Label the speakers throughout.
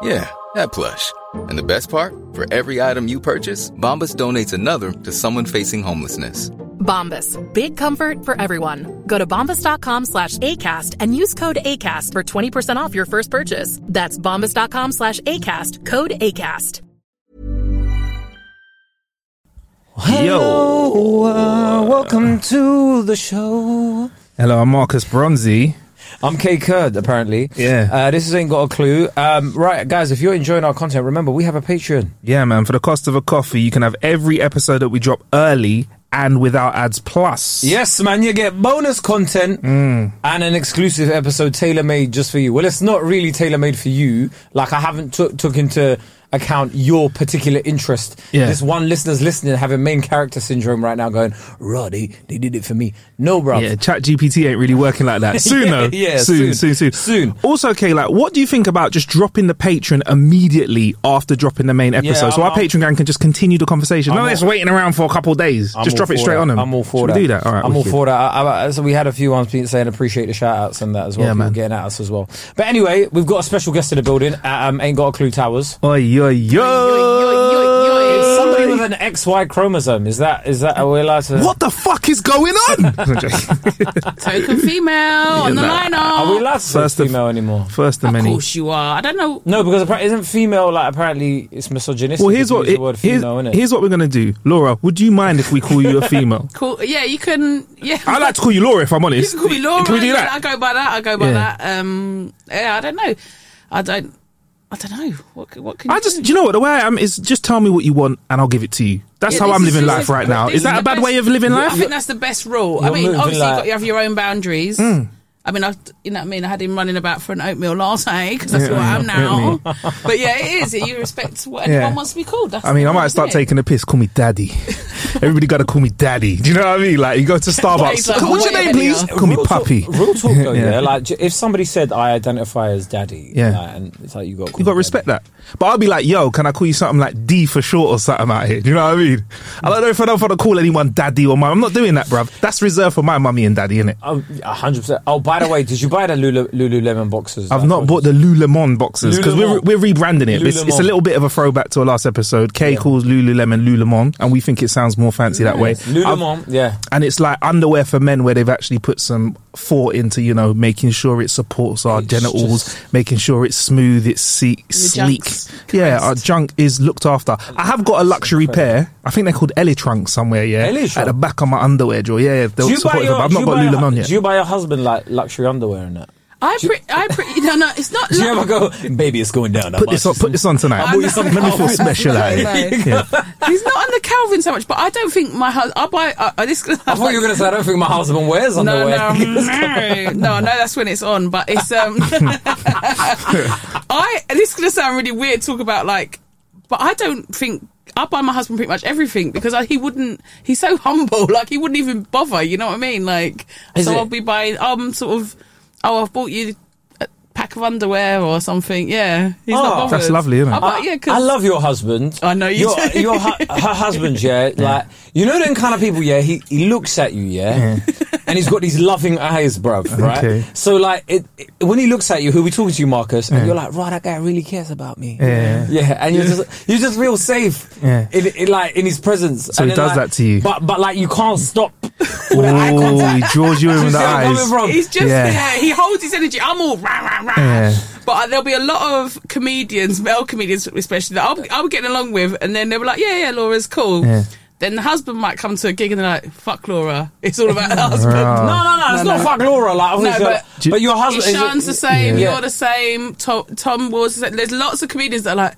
Speaker 1: Yeah, that plush. And the best part? For every item you purchase, Bombas donates another to someone facing homelessness.
Speaker 2: Bombas, big comfort for everyone. Go to bombas.com slash ACAST and use code ACAST for 20% off your first purchase. That's bombas.com slash ACAST, code ACAST.
Speaker 3: Yo.
Speaker 4: Hello, uh, welcome to the show.
Speaker 3: Hello, I'm Marcus Bronzy.
Speaker 4: I'm Kay Kurd, apparently.
Speaker 3: Yeah.
Speaker 4: Uh, this is Ain't Got a Clue. Um, right, guys, if you're enjoying our content, remember we have a Patreon.
Speaker 3: Yeah, man. For the cost of a coffee, you can have every episode that we drop early and without ads. Plus,
Speaker 4: Yes, man, you get bonus content Mm. and an exclusive episode tailor made just for you. Well, it's not really tailor made for you. Like, I haven't took took into account your particular interest.
Speaker 3: Yeah.
Speaker 4: This one listener's listening, having main character syndrome right now, going, Roddy, they did it for me. No, bruv.
Speaker 3: Yeah, Chat GPT ain't really working like that. Soon
Speaker 4: Yeah,
Speaker 3: though.
Speaker 4: yeah,
Speaker 3: soon,
Speaker 4: soon,
Speaker 3: soon, soon,
Speaker 4: soon.
Speaker 3: Also, Kay, like, what do you think about just dropping the Patreon immediately after dropping the main episode? so
Speaker 4: I'm-
Speaker 3: our Patreon gang can just continue the conversation.
Speaker 4: I'm
Speaker 3: no,
Speaker 4: all-
Speaker 3: it's waiting around for a couple of days.
Speaker 4: I'm
Speaker 3: just
Speaker 4: all
Speaker 3: drop
Speaker 4: for
Speaker 3: it straight
Speaker 4: that.
Speaker 3: on them.
Speaker 4: I'm all for that.
Speaker 3: Should We do that. All right.
Speaker 4: I'm all
Speaker 3: wicked.
Speaker 4: for that. I, I, so we had a few ones being saying appreciate the shout outs and that as well.
Speaker 3: Yeah,
Speaker 4: People
Speaker 3: man.
Speaker 4: getting at us as well. But anyway, we've got a special guest in the building. At, um, ain't got a clue. Towers.
Speaker 3: Oi, yo, yo.
Speaker 4: Somebody with an XY chromosome. Is that is that are we allowed to?
Speaker 3: What the fuck is going on?
Speaker 5: Token female on the
Speaker 3: nah.
Speaker 5: line
Speaker 4: Are we
Speaker 5: up.
Speaker 4: allowed to say
Speaker 3: First of-
Speaker 4: female anymore?
Speaker 3: First of
Speaker 5: Of
Speaker 3: many.
Speaker 5: course you are. I don't know.
Speaker 4: No, because appar- isn't female like apparently it's misogynistic.
Speaker 3: Well, here's
Speaker 4: to
Speaker 3: what
Speaker 4: use the
Speaker 3: it-
Speaker 4: word
Speaker 3: here's,
Speaker 4: female, innit?
Speaker 3: here's what we're gonna do, Laura. Would you mind if we call you a female?
Speaker 5: Cool. Yeah, you can. Yeah,
Speaker 3: I like to call you Laura if I'm
Speaker 5: You
Speaker 3: honest.
Speaker 5: can call me Laura.
Speaker 3: Can we do
Speaker 5: yeah,
Speaker 3: that?
Speaker 5: I go by that. I go by
Speaker 3: Yeah.
Speaker 5: that. Um. Yeah. I don't know. I don't. I don't know. What? c- What can you
Speaker 3: I just,
Speaker 5: do?
Speaker 3: you know what? The way I am is just tell me what you want and I'll give it to you. That's
Speaker 5: Yeah,
Speaker 3: how
Speaker 5: this
Speaker 3: I'm
Speaker 5: is-
Speaker 3: living
Speaker 5: this
Speaker 3: life right now.
Speaker 5: this
Speaker 3: Is that
Speaker 5: the
Speaker 3: a bad
Speaker 5: best-
Speaker 3: way of living
Speaker 5: I
Speaker 3: life?
Speaker 5: think that's the best rule. I
Speaker 4: you're
Speaker 5: mean,
Speaker 4: moving
Speaker 5: obviously,
Speaker 4: like-
Speaker 5: you got you have your own boundaries.
Speaker 3: Hmm.
Speaker 5: I mean, I, you know what I mean? I had him running about for an oatmeal latte because that's
Speaker 3: Yeah,
Speaker 5: what I am
Speaker 3: yeah,
Speaker 5: now. But yeah, it is. You respect what
Speaker 3: Yeah.
Speaker 5: anyone wants to be called. That's
Speaker 3: I mean, I
Speaker 5: the
Speaker 3: might
Speaker 5: rule,
Speaker 3: start
Speaker 5: isn't it?
Speaker 3: taking a piss. Call me daddy. Everybody got to call me daddy. Do you know what I mean? Like, you go to Starbucks.
Speaker 5: He's like,
Speaker 3: What's your
Speaker 5: "Wait a
Speaker 3: name,
Speaker 5: minute
Speaker 3: please?
Speaker 5: now."
Speaker 3: Call me
Speaker 4: Real talk-
Speaker 3: puppy.
Speaker 4: Real talk though,
Speaker 3: Yeah.
Speaker 4: yeah. Like j- if somebody said I identify as daddy,
Speaker 3: Yeah.
Speaker 4: like, and it's like you got
Speaker 3: You got to respect that. But I'll be like, yo, can I call you something like D for short or something out here? Do you know what I mean? I don't know if I don't want to call anyone daddy or mum. I'm not doing that, bruv. That's reserved for my mummy and daddy, innit?
Speaker 4: Oh, a hundred percent. Oh, by the way, did you buy the Lulu, Lululemon boxes?
Speaker 3: I've not bought the Lululemon boxes because we're,
Speaker 4: Lululemon.
Speaker 3: we're rebranding it. It's, it's a
Speaker 4: Lululemon.
Speaker 3: little bit of a throwback to our last episode. Kay calls Lululemon Lululemon, and we think it sounds more fancy that way. I've-
Speaker 4: Lululemon. Yeah,
Speaker 3: and it's like underwear for men where they've actually put some thought into, you know, making sure it supports our
Speaker 4: It's
Speaker 3: genitals,
Speaker 4: just-
Speaker 3: making sure it's smooth, it's see- sleek.
Speaker 5: junk's
Speaker 3: Yeah,
Speaker 5: caressed.
Speaker 3: our junk is looked after. I have got a luxury pair. I think they're called Ellie Trunk somewhere, yeah.
Speaker 4: Ellie
Speaker 3: At the
Speaker 4: trunk?
Speaker 3: back of my underwear drawer. Yeah, yeah they'll
Speaker 4: Do you buy
Speaker 3: support it,
Speaker 4: your-
Speaker 3: but I've
Speaker 4: do
Speaker 3: not
Speaker 4: you
Speaker 3: got
Speaker 4: buy your-
Speaker 3: Lululemon yet.
Speaker 4: Do you buy your husband like luxury underwear and that?
Speaker 5: I pre- I pre- no, no, it's not.
Speaker 4: Do you
Speaker 5: like-
Speaker 4: ever go, baby? It's going down. that
Speaker 3: Put this on.
Speaker 4: much."
Speaker 3: Put this on tonight.
Speaker 4: I bought you some
Speaker 3: Let me feel
Speaker 4: Calvin.
Speaker 3: special. eh?
Speaker 5: No, no.
Speaker 3: Yeah.
Speaker 5: He's not under Calvin so much, but I don't think my husband. I buy. Uh, uh, this.
Speaker 4: I thought you were going to say I don't think my husband wears
Speaker 5: No,
Speaker 4: underwear.
Speaker 5: no, no, no, I know that's when it's on, but it's um. I and this is gonna sound really weird. Talk about like, but I don't think I buy my husband pretty much everything because I, he wouldn't. He's so humble, like he wouldn't even bother. You know what I mean? Like,
Speaker 4: Is
Speaker 5: so
Speaker 4: it?
Speaker 5: I'll be buying um sort of. Oh, I've bought you a pack of underwear or something. Yeah, he's
Speaker 4: Oh.
Speaker 5: not bothered.
Speaker 3: That's lovely, isn't it?
Speaker 5: I, buy- yeah,
Speaker 4: I
Speaker 5: 'cause-
Speaker 4: love your husband.
Speaker 5: I know you
Speaker 4: Your,
Speaker 5: do.
Speaker 4: your hu- her husband, yeah, like you know them kind of people, yeah. He he looks at you, yeah, and he's got these loving eyes, bruv, right?
Speaker 3: Okay.
Speaker 4: So like, it, it- when he looks at you, who we talking to, you, Marcus? And you're like, right, that guy really cares about me.
Speaker 3: Yeah.
Speaker 4: yeah, and you just you just feel safe,
Speaker 3: Yeah.
Speaker 4: in, in like in his presence.
Speaker 3: So
Speaker 4: And
Speaker 3: he
Speaker 4: then,
Speaker 3: does
Speaker 4: like-
Speaker 3: that to you?
Speaker 4: but but like you can't stop.
Speaker 3: Oh, he draws you in
Speaker 4: You
Speaker 3: with the
Speaker 4: see where I'm
Speaker 3: eyes.
Speaker 4: coming from?
Speaker 5: He's just
Speaker 3: Yeah.
Speaker 5: there. He holds his energy. I'm all rah rah rah.
Speaker 3: Yeah.
Speaker 5: But uh, there'll be a lot of comedians, male comedians especially, that I'll, I'll be getting along with, and then they were like, "Yeah, yeah, Laura's cool."
Speaker 3: Yeah.
Speaker 5: Then the husband might come to a gig and they're like, "Fuck Laura, it's all about the husband."
Speaker 3: Right.
Speaker 4: No, no, no, it's
Speaker 5: No,
Speaker 4: not
Speaker 5: no.
Speaker 4: fuck Laura. Like,
Speaker 5: No,
Speaker 4: obviously,
Speaker 5: but-
Speaker 4: but, your husband. is-
Speaker 5: Ishan's the same.
Speaker 4: Yeah.
Speaker 5: You're the same. Tom, Tom was the same. There's lots of comedians that are like,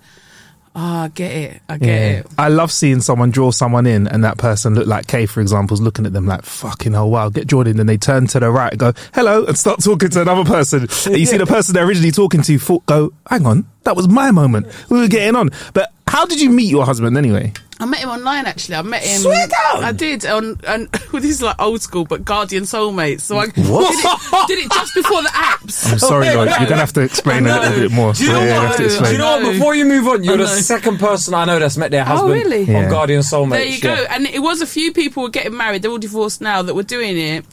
Speaker 5: Ah, I get it. I get it.
Speaker 3: I love seeing someone draw someone in and that person look like Kay, for example, is looking at them like, fucking hell, wow, get Jordan. And they turn to the right, go, hello, and start talking to another person. And you see the person they're originally talking to thought, go, hang on, that was my moment. We were getting on. But how did you meet your husband anyway?
Speaker 5: I met him online actually. I met him.
Speaker 4: Swear down!
Speaker 5: I did on and with his like old school, but Guardian Soulmates. So I what? Did, it, did it just before the apps.
Speaker 3: I'm sorry, Lloyd, you're going to have to explain a
Speaker 4: I know.
Speaker 3: little bit more.
Speaker 4: Do you know
Speaker 3: Yeah, you
Speaker 4: what?
Speaker 3: have to
Speaker 5: I-
Speaker 4: Do you
Speaker 3: explain.
Speaker 4: know
Speaker 5: I know.
Speaker 4: what? Before you move on, you're
Speaker 5: I
Speaker 4: the
Speaker 5: know. Oh,
Speaker 4: second person I know that's met their husband
Speaker 5: really?
Speaker 4: on
Speaker 3: Yeah.
Speaker 4: Guardian Soulmates.
Speaker 5: There you
Speaker 4: Yeah.
Speaker 5: go. And it was a few people were getting married. They're all divorced now that were doing it.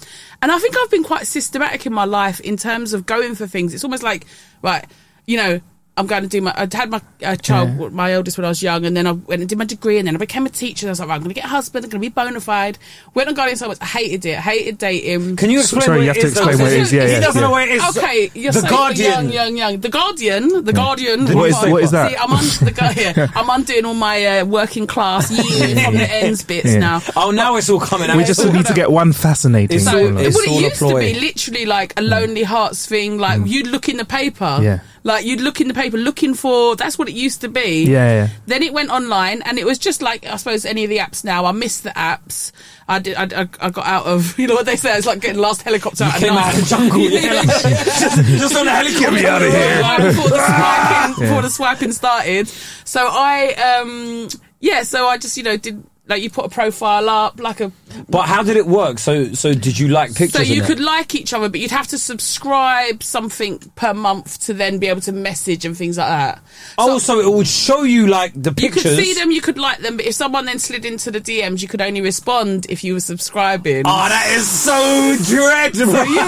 Speaker 5: And I think I've been quite systematic in my life in terms of going for things. It's almost like, right, you know, I'm going to do my. I had my uh, child, my eldest, when I was young, and then I went and did my degree, and then I became a teacher. And I was like, right, I'm going to get a husband. I'm going to be bona fide. Went on Guardian so much. I hated it. I hated dating.
Speaker 4: Can you explain
Speaker 3: Sorry,
Speaker 4: what
Speaker 3: you
Speaker 4: it
Speaker 3: have to
Speaker 4: is, though?
Speaker 3: explain what it
Speaker 5: is. Yeah,
Speaker 4: he
Speaker 5: yeah,
Speaker 4: doesn't
Speaker 3: yeah.
Speaker 4: know what it is.
Speaker 5: Okay, you're
Speaker 4: the
Speaker 5: saying
Speaker 4: Guardian.
Speaker 5: young, young, young. The Guardian, the Guardian.
Speaker 3: What is-
Speaker 5: Come on.
Speaker 3: what is that?
Speaker 5: See, I'm on the gu- yeah, I'm undoing all my uh, working class years from the ends bits
Speaker 3: Yeah.
Speaker 5: now.
Speaker 4: Oh, now it's all coming out.
Speaker 3: We just
Speaker 4: It's all
Speaker 3: need to get one fascinating.
Speaker 4: It's
Speaker 5: So
Speaker 4: all-
Speaker 5: well,
Speaker 4: it's all
Speaker 5: it
Speaker 4: a
Speaker 5: used to
Speaker 4: ploy. Mm.
Speaker 5: be literally like a lonely hearts thing. Like you'd look in the paper,
Speaker 3: Yeah.
Speaker 5: like you'd look in the paper looking for. That's what it used to be.
Speaker 3: Yeah, yeah.
Speaker 5: Then it went online, and it was just like I suppose any of the apps now. I missed the apps. I did. I, I, I got out of. You know what they say? It's like getting last helicopter out,
Speaker 4: came
Speaker 5: of
Speaker 4: out of the
Speaker 5: night.
Speaker 4: jungle.
Speaker 5: Yeah.
Speaker 4: just on a helicopter.
Speaker 3: me outta here.
Speaker 5: Like, before, the swiping, before the swiping started. So I, um, yeah, so I just, you know, did like you put a profile up, like a
Speaker 4: But how did it work? So, so did you like pictures?
Speaker 5: so you
Speaker 4: in it?
Speaker 5: could like each other, but you'd have to subscribe something per month to then be able to message and things like that.
Speaker 4: Oh, so it would show you like the
Speaker 5: You
Speaker 4: pictures.
Speaker 5: could see them, you could like them, but if someone then slid into the DMs, you could only respond if you were subscribing.
Speaker 4: Oh, that is so dreadful.
Speaker 5: So you were-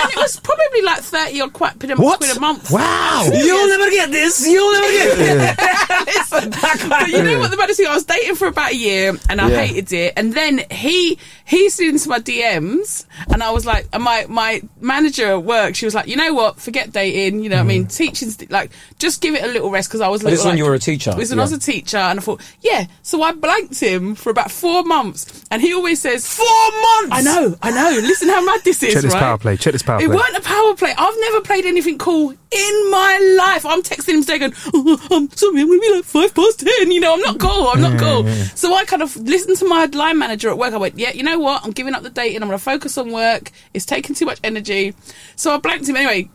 Speaker 5: and it was probably like thirty odd quid, quid, a-
Speaker 3: What?
Speaker 5: quid a month.
Speaker 3: Wow.
Speaker 4: You'll never get this. You'll never get this.
Speaker 5: Listen, but you know what the maddest thing? I was dating for about a year and I
Speaker 4: Yeah.
Speaker 5: hated it. And then he he slid into my DMs and I was like, and my my manager at work, she was like, you know what? Forget dating. You know, what I mean, teaching's like just give it a little rest because I was. a
Speaker 4: This
Speaker 5: little,
Speaker 4: is Mm-hmm. when
Speaker 5: like-
Speaker 4: you were a teacher,
Speaker 5: This is when I
Speaker 4: yeah.
Speaker 5: was a teacher, and I thought, yeah. So I blanked him for about four months, and he always says four months. I know, I know. Listen how mad this is.
Speaker 3: Check this
Speaker 5: right?
Speaker 3: power play, check this power
Speaker 5: It
Speaker 3: play.
Speaker 5: weren't a power play. I've never played anything cool in my life. I'm texting him today going, oh, I'm sorry, I'm going to be like five past ten. You know, I'm not cool. I'm not cool. So I kind of listened to my line manager at work. I went, yeah, you know what? I'm giving up the dating. I'm going to focus on work. It's taking too much energy. So I blanked him anyway.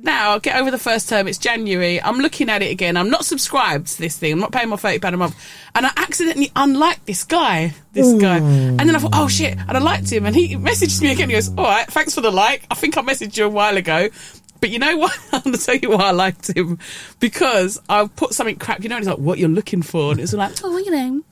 Speaker 5: Now I'll get over the first term. It's January. I'm looking at it again. I'm not subscribed to this thing. I'm not paying my thirty pound a month, and I accidentally unliked this guy. This guy, and then I thought, oh shit, and I liked him, and he messaged me again. He goes, all right, thanks for the like. I think I messaged you a while ago, but you know what? I'm gonna tell you why I liked him because I put something crap. You know, and he's like, what you're looking for, and it's like, oh, you know.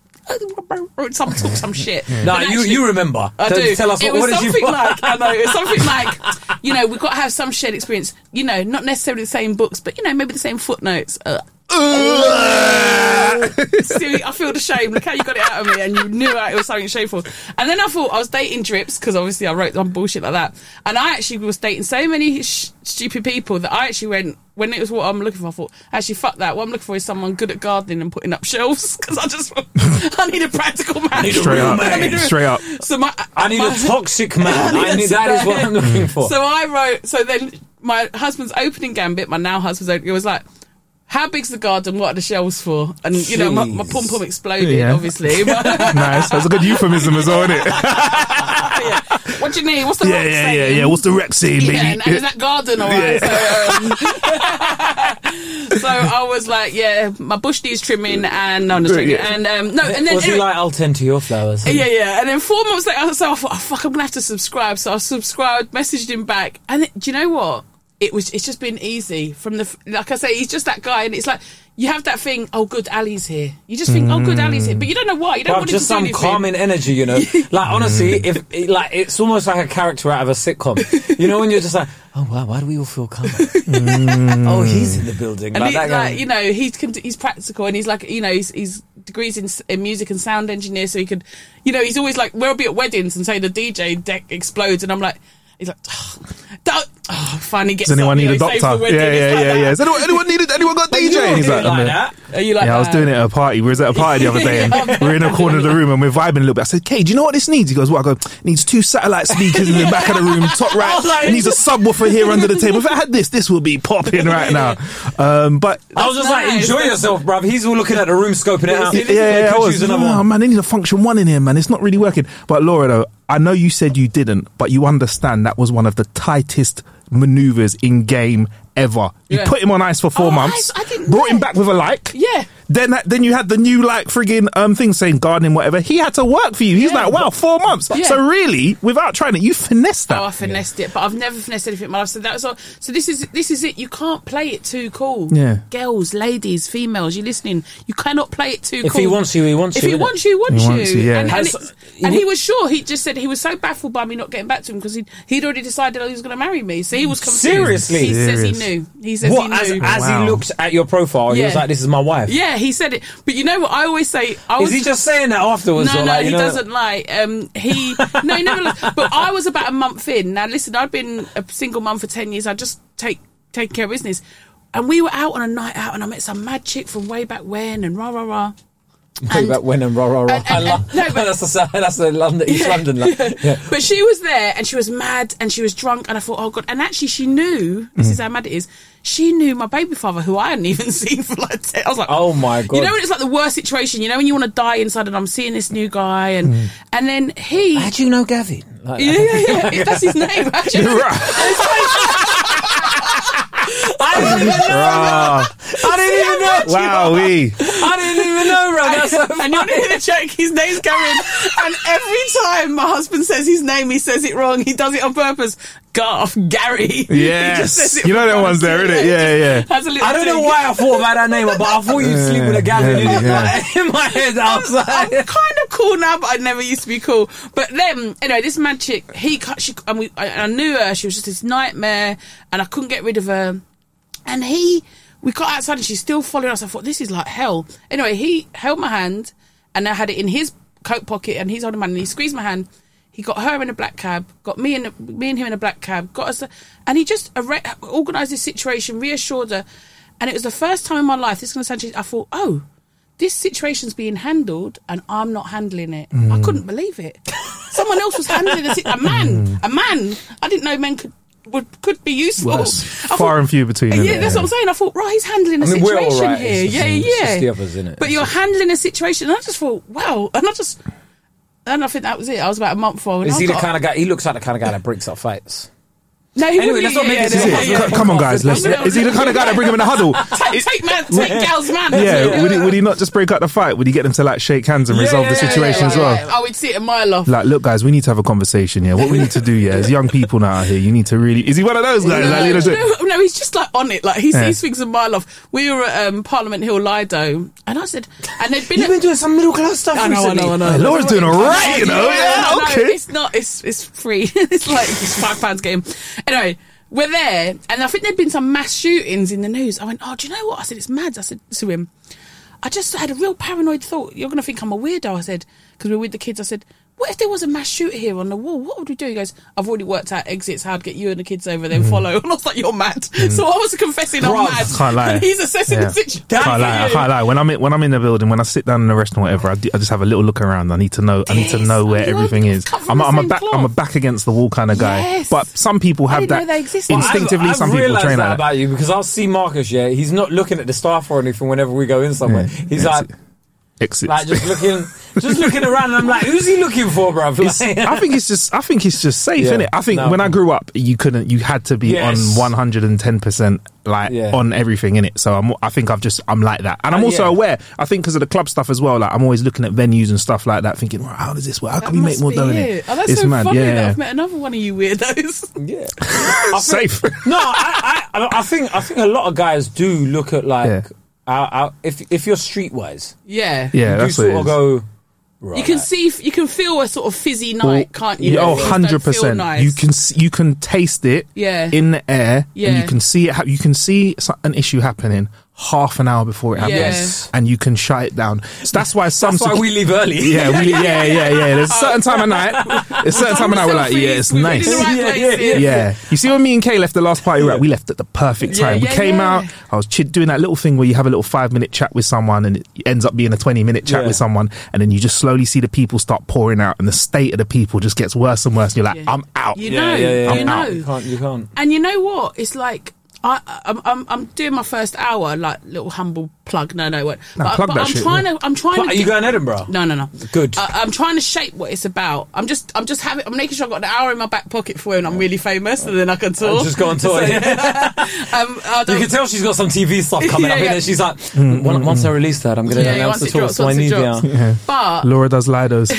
Speaker 5: Some talk some shit.
Speaker 4: No, you,
Speaker 5: But actually-
Speaker 4: you remember.
Speaker 5: I
Speaker 4: tell,
Speaker 5: do.
Speaker 4: Tell us
Speaker 5: it
Speaker 4: what,
Speaker 5: was
Speaker 4: what did you
Speaker 5: something like I know it was something like you know we've got to have some shared experience. You know, not necessarily the same books, but you know maybe the same footnotes. Uh, See, I feel the shame. Look how you got it out of me, and you knew it was something shameful. And then I thought I was dating drips because obviously I wrote on bullshit like that. And I actually was dating so many sh- stupid people that I actually went when it was what I'm looking for. I thought actually fuck that. What I'm looking for is someone good at gardening and putting up shelves because I just I need a practical man. I
Speaker 4: need a
Speaker 3: Straight
Speaker 4: real
Speaker 3: up.
Speaker 4: man.
Speaker 5: I need a-
Speaker 3: Straight up.
Speaker 5: So my
Speaker 4: I need a
Speaker 5: my-
Speaker 4: toxic man. I need, that is what I'm looking for.
Speaker 5: so I wrote. So then my husband's opening gambit, my now husband's opening, it was like. How big's the garden? What are the shelves for? And you know, my, my
Speaker 4: Jeez.
Speaker 5: pom pom exploded,
Speaker 3: Yeah.
Speaker 5: obviously. But,
Speaker 3: Nice. That's a good euphemism as well, isn't it?
Speaker 5: yeah. What do you need? What's the
Speaker 3: yeah,
Speaker 5: rock
Speaker 3: yeah, yeah,
Speaker 5: saying?
Speaker 3: yeah. What's the rec scene,
Speaker 5: Yeah,
Speaker 3: lady?
Speaker 5: and is that garden all right? So, um, so I was like, yeah, my bush needs trimming, and no, I'm just joking.
Speaker 3: Yeah.
Speaker 5: And um, no, and then
Speaker 4: was he
Speaker 5: anyway-
Speaker 4: like, I'll tend to your flowers?
Speaker 5: Yeah, yeah. And then four months later, so I thought, oh, fuck, I'm going to have to subscribe. So I subscribed, messaged him back. And it- do you know what? It was, it's just been easy from the, f- like I say, he's just that guy. And it's like, you have that thing, oh, good Ali's here. You just think, oh, good Ali's here. But you don't know why. You don't
Speaker 4: Bruv,
Speaker 5: want him
Speaker 4: Mm. just
Speaker 5: to do
Speaker 4: some
Speaker 5: anything.
Speaker 4: calming energy, you know. like honestly, if
Speaker 3: Mm-hmm.
Speaker 4: it- like it's almost like a character out of a sitcom. You know when you're just like, oh wow, why do we all feel calm?
Speaker 3: Mm.
Speaker 4: oh, he's in the building.
Speaker 5: And
Speaker 4: like,
Speaker 5: he,
Speaker 4: that guy.
Speaker 5: like, you know, he's con- he's practical, and he's like, you know, he's, he's degrees in, s- in music and sound engineer, so he could, you know, he's always like, we'll be at weddings and say the DJ deck explodes, and I'm like, he's like, don't, oh, finally gets
Speaker 3: Does anyone
Speaker 5: up,
Speaker 3: need
Speaker 5: you
Speaker 3: a
Speaker 5: know, saves the
Speaker 3: doctor?
Speaker 5: wedding,
Speaker 3: Yeah,
Speaker 5: it's
Speaker 3: yeah,
Speaker 5: like
Speaker 3: yeah,
Speaker 5: that.
Speaker 3: yeah. Has anyone, anyone needed? Anyone got
Speaker 5: But you're
Speaker 3: DJ? And he's like,
Speaker 5: doing like
Speaker 3: "I'm a-"
Speaker 5: that. Are you like uh,
Speaker 3: yeah, I was
Speaker 5: that?
Speaker 3: doing it at a party. We was at a party the other day, and we're in a corner of the room, and we're vibing a little bit. I said, "Kay, do you know what this needs?" He goes, "What?" I go, "It "Needs two satellite speakers in the back of the room, top right.
Speaker 5: Oh, like-
Speaker 3: It needs a subwoofer here under the table. If I had this, this would be popping right now." Um, but
Speaker 4: I was just like,
Speaker 5: nice.
Speaker 4: enjoy yourself, bruv. He's all looking at the room, scoping it out.
Speaker 3: yeah, yeah, yeah, I
Speaker 4: Could
Speaker 3: was.
Speaker 4: use another
Speaker 3: oh,
Speaker 4: one.
Speaker 3: man, they need a function one in here, man. It's not really working. But Laura, though, I know you said you didn't, but you understand that was one of the tightest maneuvers in game ever. You
Speaker 5: Yeah.
Speaker 3: put him on ice for four
Speaker 5: Oh,
Speaker 3: months,
Speaker 5: I- I didn't
Speaker 3: brought
Speaker 5: know.
Speaker 3: him back with a like.
Speaker 5: Yeah.
Speaker 3: Then, that- then you had the new like friggin' um thing saying gardening whatever. He had to work for you. He's
Speaker 5: Yeah.
Speaker 3: like, wow, four months.
Speaker 5: Yeah.
Speaker 3: So really, without trying it, you finessed that.
Speaker 5: Oh, I finessed it, but I've never finessed anything in my life. So that's all. So this is this is it. You can't play it too cool.
Speaker 3: Yeah.
Speaker 5: girls, ladies, females, you listening? You cannot play it too
Speaker 4: If
Speaker 5: cool.
Speaker 4: he wants you, he wants
Speaker 5: if
Speaker 4: you,
Speaker 5: If he
Speaker 4: innit?
Speaker 5: wants you, he wants
Speaker 3: He
Speaker 5: you.
Speaker 3: wants you, yeah.
Speaker 5: And, and,
Speaker 4: Has-
Speaker 5: it's, and he was sure. He just said he was so baffled by me not getting back to him because he'd, he'd already decided he was going to marry me. So he was confused.
Speaker 4: Seriously?
Speaker 5: he
Speaker 3: Serious.
Speaker 5: says he knew. He says
Speaker 4: What? As,
Speaker 5: he
Speaker 4: as
Speaker 5: knew.
Speaker 3: Wow.
Speaker 4: he looked at your profile, he was
Speaker 5: Yeah.
Speaker 4: like, this is my wife.
Speaker 5: yeah, he said it. But you know what? I always say. I
Speaker 4: Is
Speaker 5: was
Speaker 4: he just saying that afterwards?
Speaker 5: no,
Speaker 4: or
Speaker 5: no,
Speaker 4: like, you
Speaker 5: he
Speaker 4: know-
Speaker 5: doesn't lie. Um, he no, he never lies. But I was about a month in. Now, listen, I've been a single mum for ten years. I just take take care of business, and we were out on a night out, and I met some mad chick from way back when, and rah rah rah.
Speaker 4: Talk about when and rah rah rah.
Speaker 5: and- and-
Speaker 4: I love-
Speaker 5: no, but-
Speaker 4: that's the that's the London East London. Like, yeah.
Speaker 5: But she was there and she was mad and she was drunk and I thought, oh god. And actually, she knew this
Speaker 4: Mm.
Speaker 5: is how mad it is. She knew my baby father, who I hadn't even seen for like ten. I was like,
Speaker 4: Oh my God.
Speaker 5: You know when it's like the worst situation. You know when you want to die inside, and I'm seeing this new guy, and
Speaker 4: Mm.
Speaker 5: and then he.
Speaker 4: How do you know Gavin? Like,
Speaker 5: yeah, yeah, yeah. That's his name. Actually.
Speaker 4: I didn't even
Speaker 3: Ah,
Speaker 4: I didn't even know.
Speaker 3: wowee.
Speaker 4: I didn't even know, bro. That's so
Speaker 5: and you want to hear the joke? His name's Gavin. and every time my husband says his name, he says it wrong. He does it on purpose. Garth, Gary. He just
Speaker 3: Yes.
Speaker 5: says it
Speaker 3: You know
Speaker 5: on
Speaker 3: that
Speaker 5: purpose.
Speaker 3: one's there, innit? Yeah, yeah.
Speaker 5: Has a little
Speaker 4: I don't know
Speaker 5: thing.
Speaker 4: why I thought about that name, but I thought you'd sleep with a Gavin
Speaker 3: Yeah,
Speaker 4: in,
Speaker 3: yeah.
Speaker 4: in my head. I was
Speaker 5: I'm
Speaker 4: like,
Speaker 5: kind of cool now, but I never used to be cool. But then, anyway, this mad chick, he, cu- she, and we, I, I knew her. She was just this nightmare, and I couldn't get rid of her. And he, we got outside, and she's still following us. I thought this is like hell. Anyway, he held my hand, and I had it in his coat pocket, and he's holding mine, and he squeezed my hand. He got her in a black cab, got me in a, me and him in a black cab, got us, and he just arra- organised this situation, reassured her, and it was the first time in my life. This is going to sound cheesy. I thought, oh, this situation's being handled and I'm not handling it. I couldn't believe it. Someone else was handling the si- a man, a man. I didn't know men could would could be useful.
Speaker 3: Well,
Speaker 5: Oh, I
Speaker 3: that's far and few between,
Speaker 5: Yeah,
Speaker 3: isn't it?
Speaker 5: that's what I'm saying. I thought, right, he's handling a
Speaker 4: I mean, we're all
Speaker 5: situation
Speaker 4: right.
Speaker 5: here.
Speaker 4: It's just-
Speaker 5: yeah,
Speaker 4: it's
Speaker 5: yeah.
Speaker 4: just the others, innit?
Speaker 5: But
Speaker 4: It's
Speaker 5: you're
Speaker 4: just-
Speaker 5: handling a situation, and I just thought, wow. And I just, and I think that was it. I was about a month old. and
Speaker 4: is
Speaker 5: I
Speaker 4: he the
Speaker 5: got-
Speaker 4: kind of guy? He looks like the kind of guy that breaks up fights.
Speaker 5: No, he
Speaker 4: Anyway, let's
Speaker 5: wouldn't be-
Speaker 4: not make
Speaker 5: yeah,
Speaker 4: this
Speaker 5: yeah,
Speaker 4: a
Speaker 5: yeah,
Speaker 4: podcast.
Speaker 3: Is it?
Speaker 5: yeah.
Speaker 3: C- Come on, guys. Let's, is he the kind of guy that bring him in a huddle?
Speaker 5: Take, take man, take girls, man.
Speaker 3: Yeah, would he, would he not just break up the fight? Would he get them to like shake hands and resolve
Speaker 4: yeah,
Speaker 3: the
Speaker 4: yeah, yeah,
Speaker 3: situation as well?
Speaker 5: I would see it a mile off.
Speaker 3: Like, look, guys, we need to have a conversation here. What we need to do, yeah, as young people now out here, you need to really. Is he one of those guys? Like, you know,
Speaker 5: No,
Speaker 3: so-
Speaker 5: no, no, he's just like on it. Like he
Speaker 3: Yeah.
Speaker 5: he swings a mile off. We were at um, Parliament Hill Lido, and I said, and they'd been.
Speaker 4: You've
Speaker 5: at-
Speaker 4: been doing some middle class stuff
Speaker 5: I know, I
Speaker 4: recently.
Speaker 5: know, I know.
Speaker 3: Hey, uh, Laura's doing all right, you know.
Speaker 5: I
Speaker 3: Oh, Yeah,
Speaker 5: know,
Speaker 3: okay.
Speaker 5: It's not. It's it's free. it's like it's five pounds game. Anyway. We're there, and I think there'd been some mass shootings in the news. I went, "Oh, do you know what?" I said, "It's mad." I said to him, "I just had a real paranoid thought. You're going to think I'm a weirdo." I said, because we were with the kids. I said, "What if there was a mass shooter here on the wall? What would we do?" He goes, "I've already worked out exits. How to get you and the kids over, then follow." And I was like, "You're mad." So I was confessing I'm
Speaker 4: Bruv,
Speaker 5: mad.
Speaker 3: Mm-hmm. I can't lie.
Speaker 5: And he's assessing
Speaker 3: Yeah.
Speaker 5: the situation.
Speaker 3: Can't lie. I can't lie. When I'm in, when I'm in the building, when I sit down in a restaurant, whatever, I, do- I just have a little look around. I need to know. I need to
Speaker 5: Yes.
Speaker 3: know where
Speaker 5: You are
Speaker 3: everything is.
Speaker 5: cut from
Speaker 3: I'm, a-
Speaker 5: the
Speaker 3: I'm a
Speaker 5: same
Speaker 3: back.
Speaker 5: cloth.
Speaker 3: I'm a back against the wall kind of guy.
Speaker 5: Yes.
Speaker 3: But some people
Speaker 5: I
Speaker 3: have
Speaker 5: didn't know
Speaker 3: that
Speaker 5: they existed. Well, I've-
Speaker 3: instinctively.
Speaker 4: I've,
Speaker 3: some
Speaker 4: I've
Speaker 3: people
Speaker 4: realised
Speaker 3: train
Speaker 4: that
Speaker 3: like that.
Speaker 4: about you because I'll see Marcus. Yeah, he's not looking at the staff or anything whenever we go in somewhere.
Speaker 3: Yeah.
Speaker 4: He's
Speaker 3: Yeah,
Speaker 4: like,
Speaker 3: Exits.
Speaker 4: like just looking, just looking around. And I'm like, who's he looking for, bruv?
Speaker 3: It's-
Speaker 4: Like-
Speaker 3: I think it's just. I think it's just safe,
Speaker 4: Yeah.
Speaker 3: innit? I think
Speaker 4: No.
Speaker 3: when I grew up, you couldn't. You had to be
Speaker 4: Yes.
Speaker 3: on one hundred and ten percent, like
Speaker 4: Yeah.
Speaker 3: on everything, innit? So I'm. I think I've just. I'm like that, and I'm
Speaker 4: Uh,
Speaker 3: also
Speaker 4: yeah.
Speaker 3: aware. I think because of the club stuff as well. Like I'm always looking at venues and stuff like that, thinking, well, how does this work? How
Speaker 5: That
Speaker 3: can we make
Speaker 5: must
Speaker 3: more
Speaker 5: be
Speaker 3: dough in
Speaker 5: it.
Speaker 3: it?
Speaker 5: Oh, that's
Speaker 3: it's
Speaker 5: so
Speaker 3: mad,
Speaker 5: funny
Speaker 3: yeah.
Speaker 5: that I've met another one of you weirdos.
Speaker 4: yeah. I think-
Speaker 3: Safe.
Speaker 4: no, I, I, I think I think a lot of guys do look at like
Speaker 3: Yeah.
Speaker 4: our, our, if if you're streetwise,
Speaker 5: yeah.
Speaker 4: you
Speaker 3: Yeah,
Speaker 4: do
Speaker 3: that's what
Speaker 4: sort
Speaker 3: it
Speaker 4: of
Speaker 3: is.
Speaker 4: go. Right.
Speaker 5: You can see, you can feel a sort of fizzy night, can't you?
Speaker 3: Yeah, Oh,
Speaker 5: It just don't feel
Speaker 3: 100%.
Speaker 5: nice.
Speaker 3: You can s- you can taste it
Speaker 5: Yeah.
Speaker 3: in the air and
Speaker 5: Yeah.
Speaker 3: you can see it ha- you can see so- an issue happening half an hour before it happens,
Speaker 5: Yes.
Speaker 3: and you can shut it down. So that's why some.
Speaker 4: That's why
Speaker 3: secu-
Speaker 4: we leave early.
Speaker 3: yeah, we, yeah, yeah, yeah. There's a certain time of night. There's a certain time of night we're like, yeah, it's
Speaker 5: We're
Speaker 3: nice.
Speaker 5: In the right
Speaker 4: Yeah,
Speaker 5: place
Speaker 4: yeah,
Speaker 5: here.
Speaker 4: yeah.
Speaker 3: Yeah. You see, when me and Kay left the last party, we were at, we left at the perfect
Speaker 5: Yeah,
Speaker 3: time.
Speaker 5: yeah,
Speaker 3: we came
Speaker 5: yeah.
Speaker 3: out, I was chit doing that little thing where you have a little five minute chat with someone and it ends up being a 20 minute chat
Speaker 4: Yeah.
Speaker 3: with someone. And then you just slowly see the people start pouring out and the state of the people just gets worse and worse. And you're like,
Speaker 5: Yeah.
Speaker 3: I'm out.
Speaker 5: You
Speaker 4: Yeah,
Speaker 5: know,
Speaker 4: yeah, yeah.
Speaker 5: you
Speaker 3: I'm out.
Speaker 5: know.
Speaker 4: You can't. You can't.
Speaker 5: And you know what? It's like I, I'm, I'm I'm doing my first hour, like little humble plug. No, no, what?
Speaker 3: No,
Speaker 5: but
Speaker 3: plug
Speaker 5: but
Speaker 3: that
Speaker 5: I'm
Speaker 3: shit,
Speaker 5: trying
Speaker 3: yeah.
Speaker 5: to. I'm trying
Speaker 4: But
Speaker 5: to.
Speaker 4: are you
Speaker 5: get-
Speaker 4: going to Edinburgh?
Speaker 5: No, no, no.
Speaker 4: Good.
Speaker 5: I, I'm trying to shape what it's about. I'm just, I'm just having. I'm making sure I've got an hour in my back pocket for when I'm really famous, and then I can talk.
Speaker 4: Just go on tour. yeah.
Speaker 5: Um, I
Speaker 4: You
Speaker 5: don't-
Speaker 4: can tell she's got some TV stuff coming
Speaker 5: Yeah,
Speaker 4: up,
Speaker 5: yeah.
Speaker 4: and then she's like,
Speaker 3: Hmm,
Speaker 4: "Once- "Once I release that, I'm going to
Speaker 5: yeah,
Speaker 4: announce
Speaker 5: once
Speaker 4: the
Speaker 5: it
Speaker 4: tour."
Speaker 5: drops,
Speaker 4: so I
Speaker 5: once it
Speaker 4: need
Speaker 5: drops.
Speaker 4: yeah.
Speaker 5: But
Speaker 3: Laura does Lido's.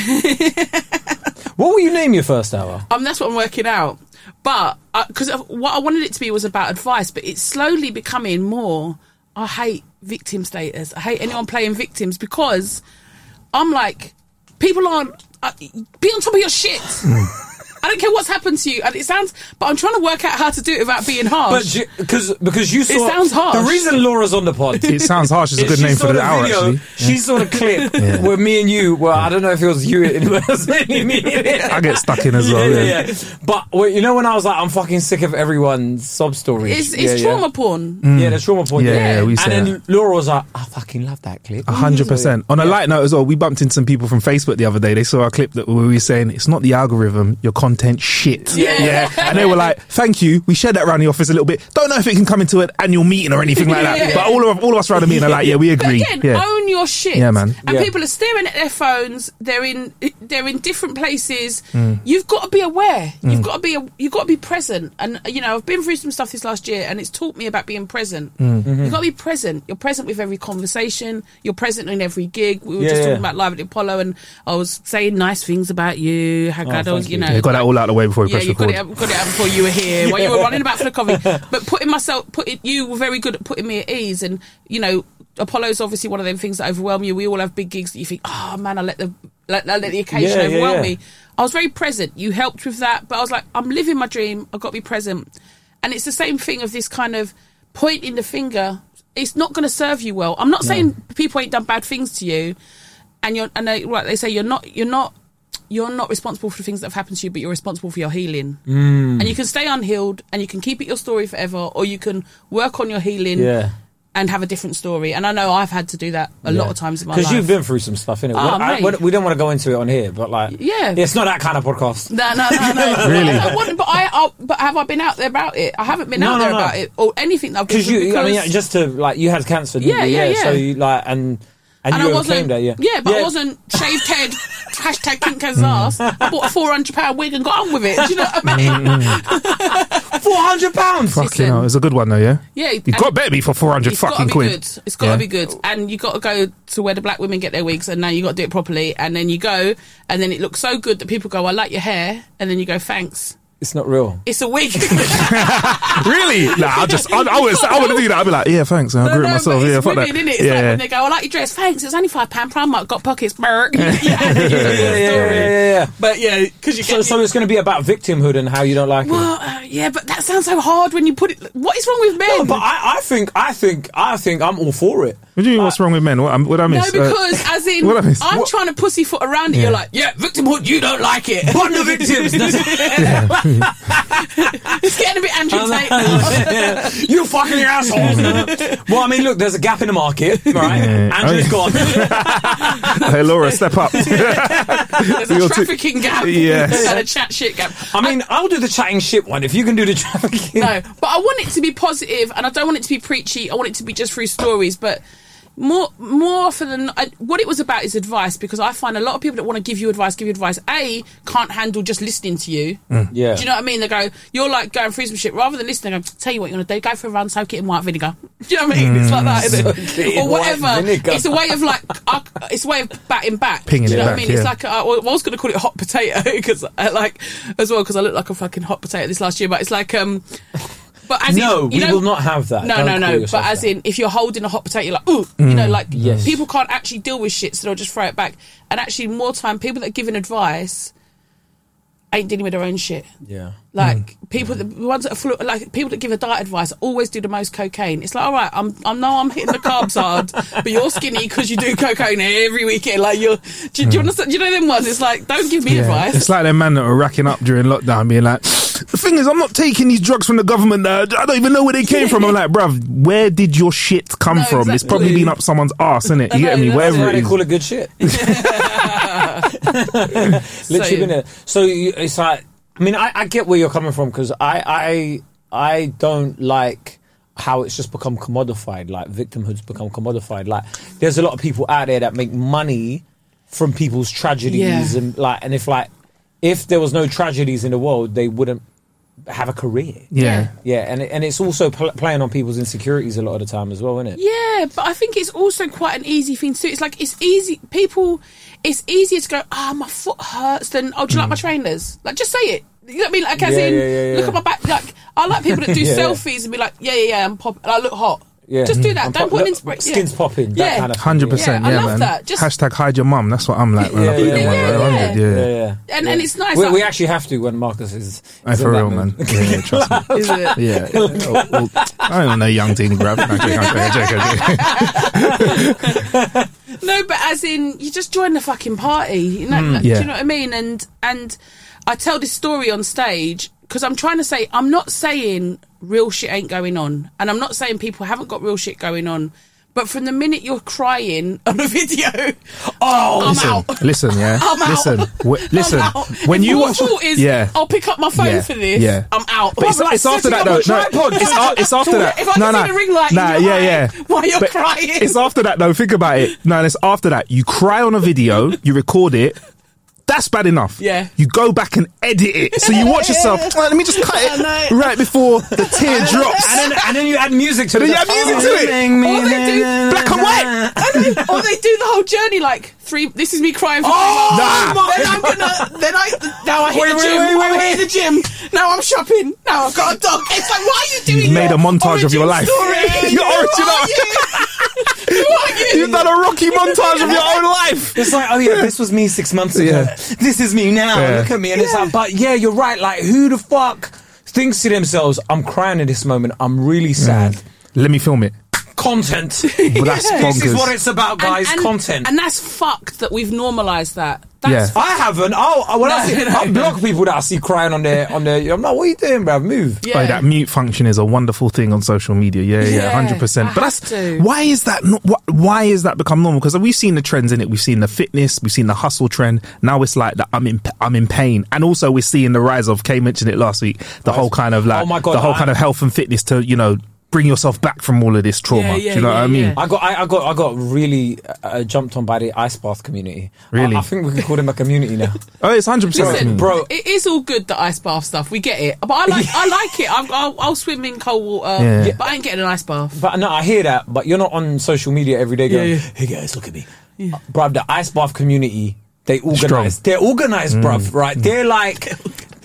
Speaker 4: What will you name your first hour?
Speaker 5: um, that's what I'm working out. But because what I wanted it to be was about advice, but it's slowly becoming more. I hate victim status. I hate anyone playing victims because I'm like, people aren't. Uh, be on top of your shit. I don't care what's happened to you, and it sounds. But I'm trying to work out how to do it without being
Speaker 4: But
Speaker 5: harsh.
Speaker 4: because because you saw
Speaker 5: sounds harsh.
Speaker 4: The reason Laura's on the pod.
Speaker 3: it sounds harsh. It's a
Speaker 4: is
Speaker 3: good
Speaker 4: she
Speaker 3: name for
Speaker 4: saw
Speaker 3: the hour,
Speaker 4: video,
Speaker 3: actually.
Speaker 4: She saw the clip
Speaker 3: Yeah.
Speaker 4: where me and you. Well, I don't know if it was you. It was me.
Speaker 3: I get stuck in as well.
Speaker 4: yeah,
Speaker 3: Yeah,
Speaker 4: yeah, yeah. But well, you know when I was like, I'm fucking sick of everyone's sob stories.
Speaker 5: it's it's
Speaker 4: yeah,
Speaker 5: trauma porn.
Speaker 4: Yeah, yeah that's trauma porn.
Speaker 3: Mm. Yeah, yeah, we say
Speaker 4: And then
Speaker 3: that.
Speaker 4: Laura was like, I fucking love that clip.
Speaker 3: A hundred percent. On a
Speaker 4: Yeah.
Speaker 3: light note as well, we bumped into some people from Facebook the other day. They saw our clip that where we were saying it's not the algorithm, your content shit.
Speaker 5: Yeah.
Speaker 3: And they were like, "Thank you." We shared that around the office a little bit. Don't know if it can come into an annual meeting or anything like that.
Speaker 5: Yeah.
Speaker 3: But all of all of us around the meeting are like, "Yeah, we
Speaker 5: But
Speaker 3: agree."
Speaker 5: again,
Speaker 3: yeah.
Speaker 5: own your shit.
Speaker 3: Yeah, man.
Speaker 5: And
Speaker 4: Yeah.
Speaker 5: people are staring at their phones. They're in they're in different places.
Speaker 3: Mm.
Speaker 5: You've got to be aware. You've got to be you've got to be present. And you know, I've been through some stuff this last year, and it's taught me about being present.
Speaker 3: Mm.
Speaker 4: Mm-hmm.
Speaker 5: You've got to be present. You're present with every conversation. You're present in every gig. We were
Speaker 4: Yeah,
Speaker 5: just
Speaker 4: yeah.
Speaker 5: talking about live at the Apollo, and I was saying nice things about you. How good I was,
Speaker 4: Oh, thank
Speaker 5: you
Speaker 4: you.
Speaker 5: know.
Speaker 3: Yeah, got that all out of the way before we
Speaker 5: Yeah,
Speaker 3: press
Speaker 5: you got
Speaker 3: record.
Speaker 5: it, out, got it out before you were here. While you were running about for the coffee, but putting myself, putting you were very good at putting me at ease. And you know, Apollo's obviously one of them things that overwhelm you. We all have big gigs that you think, oh man, I let the let, I let the occasion
Speaker 4: Yeah, yeah,
Speaker 5: overwhelm
Speaker 4: yeah.
Speaker 5: me. I was very present. You helped with that, but I was like, I'm living my dream. I've got to be present. And it's the same thing of this kind of pointing the finger. It's not going to serve you well. I'm not saying people ain't done bad things to you, and you're and they, right, they say you're not you're not you're not responsible for the things that have happened to you, but you're responsible for your healing. Mm. And you can stay unhealed, and you can keep it your story forever, or you can work on your healing
Speaker 4: Yeah.
Speaker 5: and have a different story. And I know I've had to do that a lot of times in my life.
Speaker 4: Because you've been through some stuff, innit?
Speaker 5: Oh,
Speaker 4: When- I-
Speaker 5: mate.
Speaker 4: when- we don't want to go into it on here, but like,
Speaker 5: Yeah.
Speaker 4: it's not that kind of podcast.
Speaker 5: No, no, no, no.
Speaker 3: Really?
Speaker 5: I wouldn't, but I, I, but have I been out there about it? I haven't been
Speaker 4: No,
Speaker 5: out
Speaker 4: no,
Speaker 5: there
Speaker 4: no.
Speaker 5: about it or anything that I've been
Speaker 4: Because
Speaker 5: through
Speaker 4: you, I
Speaker 5: because-
Speaker 4: mean, yeah, just to like, you had cancer, didn't
Speaker 5: Yeah,
Speaker 4: you?
Speaker 5: yeah, yeah.
Speaker 4: So you like, and and,
Speaker 5: and
Speaker 4: you
Speaker 5: I
Speaker 4: overcame
Speaker 5: wasn't,
Speaker 4: that, yeah.
Speaker 5: but I wasn't shaved head. hashtag pink as ass. I bought a four hundred pound wig and got on with it. Do you know what I mean?
Speaker 4: Four hundred pounds.
Speaker 3: Fucking hell, it's a good one though, yeah.
Speaker 5: Yeah,
Speaker 3: you got baby for four hundred
Speaker 5: It's got to
Speaker 3: fucking
Speaker 5: be
Speaker 3: quid.
Speaker 5: good. It's got to
Speaker 3: Yeah.
Speaker 5: be good, and you got to go to where the black women get their wigs, and now you got to do it properly. And then you go, and then it looks so good that people go, "I like your hair," and then you go, "Thanks."
Speaker 4: It's not real.
Speaker 5: It's a wig.
Speaker 3: really? Nah, I just I, I would I wouldn't do that. I'd be like, yeah, thanks. I grew it myself.
Speaker 5: But
Speaker 3: Yeah,
Speaker 5: it's
Speaker 3: fuck that.
Speaker 5: women, innit? It's
Speaker 3: yeah,
Speaker 5: like
Speaker 3: yeah.
Speaker 5: when they go, I like your dress. Thanks. It's only five pound. Primark got pockets. Brr.
Speaker 4: Yeah, yeah, yeah, yeah, yeah, yeah.
Speaker 5: But yeah, because you
Speaker 4: So,
Speaker 5: get.
Speaker 4: so it's going to be about victimhood and how you don't like it.
Speaker 5: well, uh, yeah, but that sounds so hard when you put it. What is wrong with men?
Speaker 4: No, but I, I think, I think, I think I'm all for it.
Speaker 3: What do you mean? What's wrong with men? What, I'm- what I
Speaker 5: no,
Speaker 3: miss? Uh,
Speaker 5: because as in,
Speaker 3: what I miss?
Speaker 5: I'm
Speaker 3: What-
Speaker 5: trying to pussyfoot around it. You're like, yeah, victimhood, you don't like it.
Speaker 4: Bond the victims.
Speaker 5: it's getting a bit Andrew Tate. now.
Speaker 4: you fucking assholes. well, I mean, look, there's a gap in the market, right?
Speaker 3: Yeah.
Speaker 4: Andrew's
Speaker 3: Oh,
Speaker 4: gone.
Speaker 3: hey, Laura, step up.
Speaker 5: There's a
Speaker 3: You're too-
Speaker 5: trafficking gap
Speaker 3: Yes.
Speaker 5: and a chat shit gap.
Speaker 4: I mean, I'll do the chatting shit one if you can do the trafficking.
Speaker 5: No, but I want it to be positive, and I don't want it to be preachy. I want it to be just through stories. But more, more often than I, what it was about is advice, because I find a lot of people that want to give you advice, give you advice. A can't handle just listening to you.
Speaker 4: Yeah.
Speaker 5: Do you know what I mean? They go, you're like going through some shit. Rather than listening, I tell you what you want to do. Go for a run, soak it in white vinegar. Do you know what I mean? It's like that, isn't
Speaker 4: Soak it
Speaker 5: it?
Speaker 4: in
Speaker 5: Or
Speaker 4: white
Speaker 5: whatever.
Speaker 4: vinegar.
Speaker 5: It's a way of like, I, it's a way of batting back.
Speaker 3: Pinging
Speaker 5: do you
Speaker 3: it
Speaker 5: know what I
Speaker 3: back,
Speaker 5: mean? It's
Speaker 3: yeah.
Speaker 5: like, a, I was going to call it hot potato because I like, as well, because I look like a fucking hot potato this last year, but it's like, um, but as
Speaker 4: No,
Speaker 5: in, you
Speaker 4: we
Speaker 5: know,
Speaker 4: will not have that.
Speaker 5: No,
Speaker 4: Don't
Speaker 5: no,
Speaker 4: call
Speaker 5: no.
Speaker 4: yourself
Speaker 5: But as
Speaker 4: that. Mm.
Speaker 5: in, if you're holding a hot potato, you're like, ooh, you know, like
Speaker 4: Yes.
Speaker 5: people can't actually deal with shit, so they'll just throw it back. And actually, more time, people that are giving advice ain't dealing with their own shit.
Speaker 4: Yeah. Mm.
Speaker 5: Like people, that the ones that are full, of- like people that give a diet advice always do the most cocaine. It's like, all right, I'm, I know I'm hitting the carbs hard, but you're skinny because you do cocaine every weekend. Like you're, do,
Speaker 4: Mm.
Speaker 5: you- do you understand? Do you know them ones? It's like, don't give me advice.
Speaker 3: It's like them man that were racking up during lockdown, being like, "The thing is, I'm not taking these drugs from the government. Uh, I don't even know where they came from." I'm like, "Bruv, where did your shit come
Speaker 5: No,
Speaker 3: from? It's
Speaker 5: exactly.
Speaker 3: probably been up someone's ass, isn't it? You get
Speaker 5: No,
Speaker 3: me?
Speaker 5: that's
Speaker 3: Wherever
Speaker 5: right.
Speaker 3: it
Speaker 4: They
Speaker 3: is."
Speaker 4: call it good shit. Literally,
Speaker 5: So-
Speaker 4: been there. So you- it's like, I mean, I, I get where you're coming from because I, I, I don't like how it's just become commodified. Like victimhood's become commodified. Like there's a lot of people out there that make money from people's tragedies
Speaker 5: Yeah.
Speaker 4: and like, and if like, if there was no tragedies in the world, they wouldn't have a career.
Speaker 3: Yeah.
Speaker 4: Yeah, and it- and it's also pl- playing on people's insecurities a lot of the time as well, isn't it?
Speaker 5: Yeah, but I think it's also quite an easy thing to do. It's like it's easy. People, it's easier to go. Ah, my foot hurts. Than oh, do you like my trainers? Like, just say it. You know what I mean? Like, as
Speaker 4: Hmm. Yeah,
Speaker 5: in,
Speaker 4: yeah, yeah,
Speaker 5: look
Speaker 4: yeah.
Speaker 5: at my back. Like, I like people that do
Speaker 4: Yeah.
Speaker 5: selfies and be like, yeah, yeah, yeah, I'm pop. I look hot. Just do that.
Speaker 4: And
Speaker 5: Don't
Speaker 4: pop-
Speaker 5: put an
Speaker 4: look,
Speaker 5: inspiration.
Speaker 4: Skin's popping. That
Speaker 5: Yeah.
Speaker 4: kind of thing,
Speaker 3: Mm-hmm. Hundred percent,
Speaker 5: Yeah, I
Speaker 3: yeah,
Speaker 5: love
Speaker 3: man.
Speaker 5: that. Just-
Speaker 3: Hashtag hide your mum. That's what I'm like. Man. I
Speaker 4: Yeah,
Speaker 3: put them
Speaker 4: yeah,
Speaker 3: on
Speaker 4: yeah,
Speaker 3: there,
Speaker 5: yeah.
Speaker 3: I'm good, yeah.
Speaker 4: Yeah, yeah.
Speaker 5: And and it's nice.
Speaker 4: We,
Speaker 5: like-
Speaker 4: we actually have to when Marcus is.
Speaker 3: Aye,
Speaker 4: is in
Speaker 3: Oh, for
Speaker 4: that
Speaker 3: real,
Speaker 4: mood.
Speaker 3: man. Yeah, yeah, trust me.
Speaker 5: Is it?
Speaker 3: Yeah, Well, I don't know, young team, bruv. No, joking, I'm joking, I'm joking.
Speaker 5: No, but as in, you just join the fucking party. You know, like,
Speaker 3: Hmm. Yeah.
Speaker 5: Do you know what I mean? And and I tell this story on stage because I'm trying to say I'm not saying real shit ain't going on, and I'm not saying people haven't got real shit going on. But from the minute you're crying on a video, oh, I'm
Speaker 3: listen,
Speaker 5: out.
Speaker 3: listen, yeah,
Speaker 5: I'm out.
Speaker 3: listen, w- listen.
Speaker 5: I'm out.
Speaker 3: When
Speaker 5: If
Speaker 3: you
Speaker 5: your
Speaker 3: watch,
Speaker 5: fault is, "Oh,
Speaker 3: yeah,
Speaker 5: I'll pick up my phone
Speaker 3: Yeah,
Speaker 5: for this.
Speaker 3: yeah.
Speaker 5: I'm out.
Speaker 3: But it's,
Speaker 5: I'm like
Speaker 3: it's after that
Speaker 5: setting
Speaker 3: though.
Speaker 5: up a
Speaker 3: No,
Speaker 5: tripod.
Speaker 3: it's, a- it's after that.
Speaker 5: If I
Speaker 3: no,
Speaker 5: can
Speaker 3: no,
Speaker 5: see the ring light in
Speaker 3: nah,
Speaker 5: your
Speaker 3: yeah,
Speaker 5: eye
Speaker 3: yeah.
Speaker 5: while you're
Speaker 3: But
Speaker 5: crying.
Speaker 3: It's after that though. Think about it. No, it's after that. You cry on a video, you record it. That's bad enough.
Speaker 5: Yeah.
Speaker 3: You go back and edit it, so you watch yourself. "Oh, let me just cut
Speaker 5: I
Speaker 3: it
Speaker 5: know.
Speaker 3: right before the tear drops.
Speaker 4: And then, and then you add music to
Speaker 3: And
Speaker 4: it.
Speaker 3: then you add music to it.
Speaker 5: All they do-
Speaker 3: Black and white.
Speaker 5: I know. Or they do the whole journey like three. This is me crying. For
Speaker 3: Oh! nah.
Speaker 5: my- Then I'm gonna. Then I. Now I hit
Speaker 4: Wait,
Speaker 5: the
Speaker 4: wait,
Speaker 5: gym.
Speaker 4: wait, wait,
Speaker 5: I'm
Speaker 4: wait.
Speaker 5: at the gym. Now I'm shopping. Now I've got a dog. It's like, why are you doing?
Speaker 3: You've made a
Speaker 5: your
Speaker 3: montage of your life.
Speaker 5: origin Story?
Speaker 3: Your
Speaker 5: Who
Speaker 3: origin
Speaker 5: are
Speaker 3: arc.
Speaker 5: you? Who are you?
Speaker 3: You've done a Rocky montage of your own life.
Speaker 4: It's like, oh yeah, this was me six months ago.
Speaker 3: Yeah.
Speaker 4: This is me now.
Speaker 3: Yeah.
Speaker 4: Look at me. And it's like, but yeah, you're right. Like, who the fuck thinks to themselves, I'm crying at this moment. I'm really sad.
Speaker 3: Let me film it.
Speaker 4: Content.
Speaker 3: But that's
Speaker 4: This is
Speaker 3: bonkers.
Speaker 4: what it's about,
Speaker 5: And-
Speaker 4: guys.
Speaker 5: and-
Speaker 4: Content.
Speaker 5: And that's fucked that we've normalised that. That's
Speaker 3: Yeah.
Speaker 5: fucked.
Speaker 4: I haven't. Oh, I- when I,
Speaker 5: No,
Speaker 4: see,
Speaker 5: no,
Speaker 4: I
Speaker 5: no.
Speaker 4: block people that I see crying on their on their. I'm like, what are you doing, bruv? Move.
Speaker 5: Yeah.
Speaker 3: Oh, that mute function is a wonderful thing on social media. Yeah, yeah,
Speaker 5: Yeah,
Speaker 3: hundred
Speaker 5: I
Speaker 3: percent. But that's
Speaker 5: have to.
Speaker 3: why is that not? wh- Why is that become normal? Because we've seen the trends in it. We've seen the fitness. We've seen the hustle trend. Now it's like that. I'm in. I'm in pain. And also we're seeing the rise of. Kay mentioned it last week. The whole kind of like.
Speaker 4: Oh my God,
Speaker 3: The whole
Speaker 4: I-
Speaker 3: kind of health and fitness to you know bring yourself back from all of this trauma.
Speaker 5: Yeah,
Speaker 3: Do
Speaker 5: yeah,
Speaker 3: you know what
Speaker 5: yeah,
Speaker 3: I mean?
Speaker 5: yeah.
Speaker 4: I got, I, I got, I got really uh, jumped on by the ice bath community.
Speaker 3: Really?
Speaker 4: I, I think we can call them a community now.
Speaker 3: Oh, it's hundred
Speaker 4: Listen,
Speaker 3: percent.
Speaker 4: bro.
Speaker 5: It is all good the ice bath stuff. We get it, but I like I like it. I'm, I'll, I'll swim in cold water,
Speaker 3: Yeah. Yeah.
Speaker 5: but I ain't getting an ice bath.
Speaker 4: But no, I hear that. But you're not on social media every day going,
Speaker 5: Yeah, yeah.
Speaker 4: "Hey guys, look at me, Uh, bruv." The ice bath community, they
Speaker 3: Strong. Mm.
Speaker 4: organize. They're organized, bruv. Right? They're like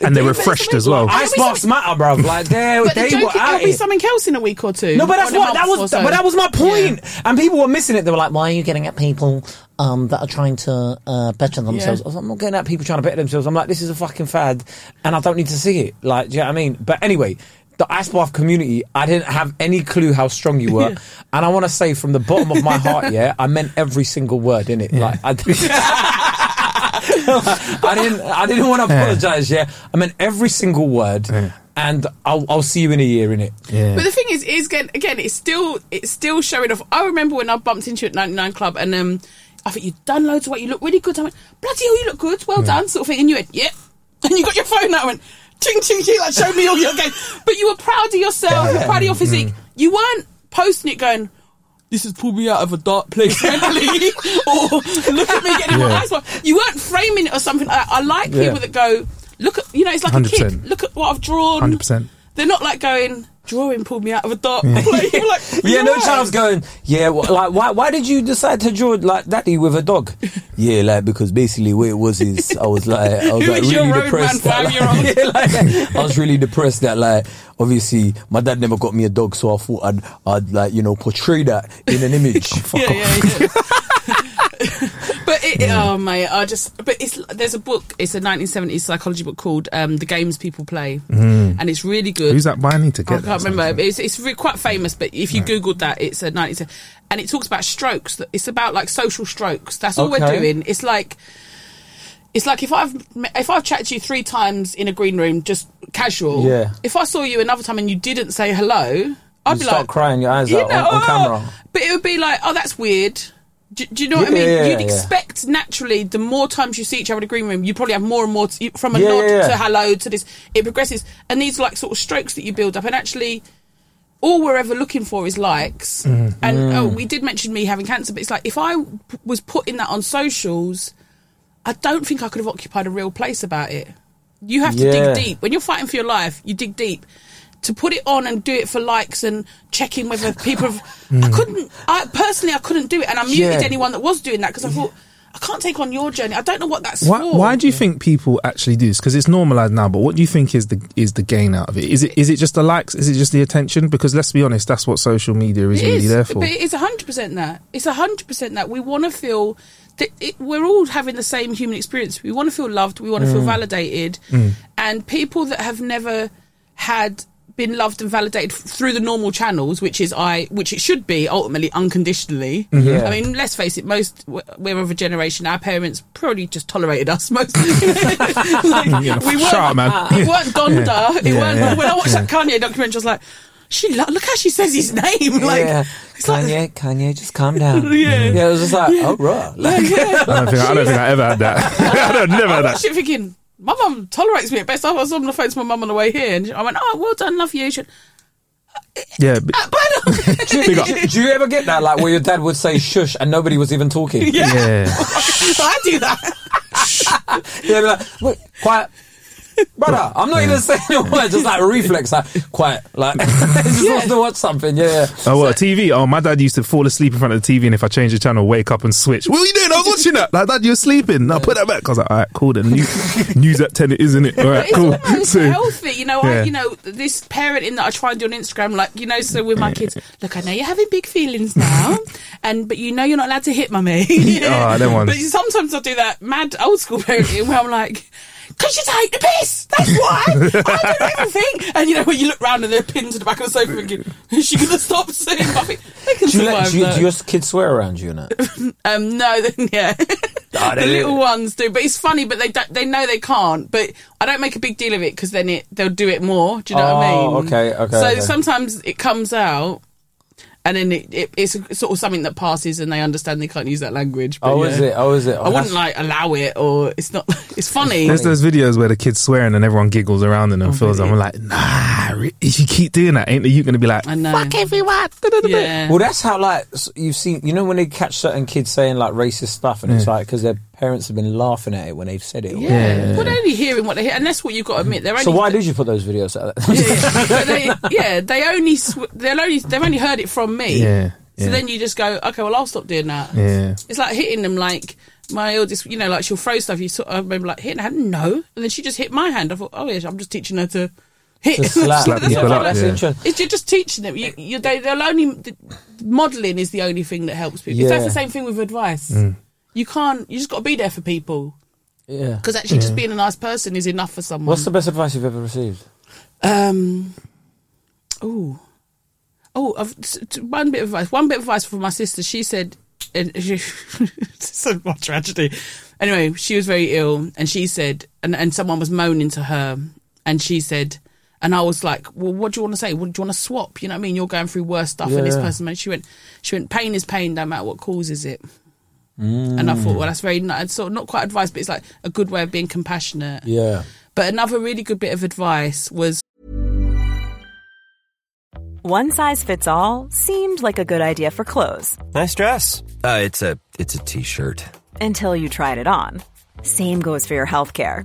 Speaker 3: And they're refreshed as well.
Speaker 4: ice
Speaker 5: There'll be
Speaker 4: baths matter, bruv. Like they,
Speaker 5: But
Speaker 4: they
Speaker 5: the joke
Speaker 4: were
Speaker 5: is there'll
Speaker 4: out
Speaker 5: be
Speaker 4: here.
Speaker 5: something else in a week or two.
Speaker 4: No, but that's
Speaker 5: Or in a
Speaker 4: what that
Speaker 5: month
Speaker 4: was.
Speaker 5: or so.
Speaker 4: But that was my point.
Speaker 5: Yeah.
Speaker 4: And people were missing it. They were like,
Speaker 6: why are you getting at people um, that are trying to uh, better themselves?
Speaker 5: Yeah.
Speaker 4: I was like, I'm not getting at people trying to better themselves. I'm like, this is a fucking fad, and I don't need to see it. Like, do you know what I mean? But anyway, the ice bath community, I didn't have any clue how strong you were, and I want to say from the bottom of my heart, yeah, I meant every single word in it. Like, I, I didn't, I didn't want to apologize. Yeah, I meant every single word, and I'll, I'll see you in a year in it.
Speaker 3: Yeah.
Speaker 5: But the thing is, is again, again, it's still it's still showing off. I remember when I bumped into you at 99 Club and um, I think you'd done loads of work. You look really good. I went, bloody hell, you look good. Well done, sort of thing. And you went, yep. And you got your phone out. I went, ching, ching, ching. Like, show me all your game. But you were proud of yourself. You're proud of your physique. You weren't posting it going. This has pulled me out of a dark place mentally, or look at me getting my
Speaker 3: Yeah.
Speaker 5: eyes. wide." You weren't framing it or something. I, I like
Speaker 4: Yeah.
Speaker 5: people that go, look at you know, it's like a
Speaker 3: 100%.
Speaker 5: kid. Look at what I've drawn.
Speaker 3: 100%.
Speaker 5: They're not like going, drawing pulled me out of a dark place. You're like,
Speaker 4: Yeah, no
Speaker 5: yeah.
Speaker 4: child's going. Yeah, wh- like why? Why did you decide to draw like daddy with a dog? yeah, like because basically what it was is I was like I was
Speaker 5: Who
Speaker 4: like
Speaker 5: is your
Speaker 4: really
Speaker 5: roadman,
Speaker 4: depressed. that,
Speaker 5: five-year-old?
Speaker 4: like- yeah, like, I was really depressed that like obviously my dad never got me a dog, so I thought I'd I'd like you know portray that in an image.
Speaker 5: Yeah, yeah, yeah. but But it, oh mate, I just but it's there's a book. It's a 1970s psychology book called um, "The Games People Play,"
Speaker 4: Mm.
Speaker 5: and it's really good.
Speaker 3: Who's that by? I need to
Speaker 5: I
Speaker 3: get
Speaker 5: can't
Speaker 3: that.
Speaker 5: remember. It's it's re- quite famous, but if you googled that, it's a 1970s, and it talks about strokes. It's about like social strokes. That's all
Speaker 4: Okay.
Speaker 5: we're doing. It's like it's like if I've if I've chatted to you three times in a green room, just casual.
Speaker 4: Yeah.
Speaker 5: If I saw you another time and you didn't say hello, I'd
Speaker 4: You
Speaker 5: be
Speaker 4: start
Speaker 5: like
Speaker 4: crying your eyes
Speaker 5: you
Speaker 4: out on-
Speaker 5: know,
Speaker 4: on
Speaker 5: oh.
Speaker 4: camera.
Speaker 5: But it would be like, oh, that's weird. Do, do you know what I
Speaker 4: Yeah,
Speaker 5: mean?
Speaker 4: yeah,
Speaker 5: You'd
Speaker 4: yeah.
Speaker 5: expect naturally the more times you see each other in a green room, you probably have more and more to, you- from a
Speaker 4: Yeah,
Speaker 5: nod
Speaker 4: yeah, yeah.
Speaker 5: to hello to this. It progresses, and these are like sort of strokes that you build up, and actually. All we're ever looking for is likes,
Speaker 4: Mm-hmm.
Speaker 5: and
Speaker 4: Mm.
Speaker 5: oh, we did mention me having cancer, but it's like if I w- was putting that on socials, I don't think I could have occupied a real place about it. You have to
Speaker 4: Yeah.
Speaker 5: dig deep. When you're fighting for your life, you dig deep. To put it on and do it for likes and checking whether people have. I couldn't. I personally, I couldn't do it, and I muted
Speaker 4: Mm. Yeah.
Speaker 5: anyone that was doing that because I thought I can't take on your journey. I don't know what that's
Speaker 3: Why,
Speaker 5: for.
Speaker 3: why do you think people actually do this? Because it's normalized now. But what do you think is the is the gain out of it? Is it is it just the likes? Is it just the attention? Because let's be honest, that's what social media is
Speaker 5: It
Speaker 3: really
Speaker 5: is,
Speaker 3: there for.
Speaker 5: but it is hundred percent that. It's hundred percent that we want to feel that it, we're all having the same human experience. We want to feel loved. We want to
Speaker 3: Mm.
Speaker 5: feel validated. And people that have never had been loved and validated f- through the normal channels, which is I, which it should be ultimately unconditionally.
Speaker 3: Mm-hmm.
Speaker 4: Yeah.
Speaker 5: I mean, let's face it. Most we're- we're of a generation. Our parents probably just tolerated us most. Like,
Speaker 3: Yeah,
Speaker 5: we
Speaker 3: shut up,
Speaker 5: weren't,
Speaker 3: man.
Speaker 5: it weren't Gonda. It
Speaker 3: Yeah,
Speaker 5: weren't.
Speaker 3: yeah.
Speaker 5: When I watched that Kanye documentary, I was like, she lo- look how she says his name. Like
Speaker 4: yeah.
Speaker 5: it's like
Speaker 4: Kanye, Kanye, just calm down.
Speaker 5: Yeah.
Speaker 4: yeah, it was just like, oh, right. Like,
Speaker 3: I don't think I don't think I ever had that. I don't never had that.
Speaker 5: shit thinking, my mum tolerates me at best. I was on the phone to my mum on the way here, and I went, "Oh, well done, love you." She went,
Speaker 3: Yeah, but,
Speaker 5: "Bye, love."
Speaker 4: do you ever get that, like, where your dad would say shush and nobody was even talking?
Speaker 5: yeah,
Speaker 3: yeah.
Speaker 5: I do that.
Speaker 4: Yeah, be like, wait, quiet. Brother, I'm not even saying a word, just like a reflex, like, quiet. Like, just wants to watch something, yeah, yeah.
Speaker 3: Oh, what, TV? Oh, my dad used to fall asleep in front of the TV, and if I change the channel, wake up and switch. What are you doing? I was watching that. Like, Dad, you're sleeping. Now put that back. I was like, all right, cool. Then new, news at 10, isn't it? All right,
Speaker 5: It's
Speaker 3: cool.
Speaker 5: almost healthy, you know.
Speaker 3: Yeah.
Speaker 5: I, you know, this parenting that I try and do on Instagram, like you know, so with my kids, look, I know you're having big feelings now, and but you know you're not allowed to hit mummy.
Speaker 3: Oh, them ones.
Speaker 5: But sometimes I do that mad old school parenting where I'm like. Cause you take the piss. That's why I do everything. And you know when you look round and there are pins at the back of the sofa, thinking, "Is she gonna stop saying nothing?" They can
Speaker 4: Do, you
Speaker 5: survive
Speaker 4: let, do, you,
Speaker 5: that.
Speaker 4: do your kids swear around you now?
Speaker 5: Um, no, then, yeah.
Speaker 4: Ah,
Speaker 5: the little ones do, but it's funny. But they don't, they know they can't. But I don't make a big deal of it because then it they'll do it more. Do you know what I
Speaker 4: Oh,
Speaker 5: mean?
Speaker 4: okay, okay,
Speaker 5: So
Speaker 4: okay.
Speaker 5: sometimes it comes out, and then it, it it's sort of something that passes, and they understand they can't use that language. But
Speaker 4: Oh,
Speaker 5: yeah.
Speaker 4: is it? Oh, is it? Oh,
Speaker 5: I wouldn't
Speaker 4: that's-
Speaker 5: like allow it, or it's not. It's funny. Oh,
Speaker 3: There's those videos where the kids swearing and everyone giggles around in them films. I'm like, nah, re- if you keep doing that, ain't you going to be like,
Speaker 5: I know.
Speaker 3: fuck everyone?
Speaker 5: yeah.
Speaker 4: Well, that's how like s- you've seen. You know when they catch certain kids saying like racist stuff, and it's like because their parents have been laughing at it when they've said it.
Speaker 5: yeah. Well, they're only hearing what they hear, and that's what you've got to admit. They're only
Speaker 4: So why did you put those videos out? there?
Speaker 5: yeah, But they, yeah, they only sw- they'll only they've only heard it from me.
Speaker 3: Yeah,
Speaker 5: So
Speaker 3: yeah.
Speaker 5: then you just go, okay, well I'll stop doing that.
Speaker 3: Yeah.
Speaker 5: It's like hitting them like my eldest, you know, like she'll throw stuff. You sort of I remember like hitting her hand, no, and then she just hit my hand. I thought, oh yeah, I'm just teaching her to hit.
Speaker 4: To slap.
Speaker 3: Slap
Speaker 4: yeah,
Speaker 3: people
Speaker 4: but
Speaker 3: up,
Speaker 4: that's
Speaker 3: yeah.
Speaker 4: interesting.
Speaker 5: It's, you're just teaching them. You, you, they, they'll only the, modelling is the only thing that helps people. It's
Speaker 4: Yeah.
Speaker 5: That's the same thing with advice.
Speaker 3: Mm.
Speaker 5: You can't. You just got to be there for people
Speaker 4: Yeah.
Speaker 5: because actually, just being a nice person is enough for someone.
Speaker 4: What's the best advice you've ever received?
Speaker 5: Um. Oh. Oh, I've, s- t- one bit of advice. One bit of advice from my sister. She said, and she, so much tragedy. Anyway, she was very ill, and she said, and, and someone was moaning to her, and she said, and I was like, well, what do you want to say? What do you want to swap? You know what I mean? You're going through worse stuff, and this
Speaker 4: Yeah.
Speaker 5: person. And she went, she went, pain is pain, no matter what causes it.
Speaker 4: Mm.
Speaker 5: And I thought, well, that's very ni- it's sort of not quite advice, but it's like a good way of being compassionate.
Speaker 4: Yeah.
Speaker 5: But another really good bit of advice was
Speaker 7: One size fits all seemed like a good idea for clothes
Speaker 8: Nice dress. Uh, it's a it's a t-shirt.
Speaker 7: until you tried it on. Same goes for your healthcare.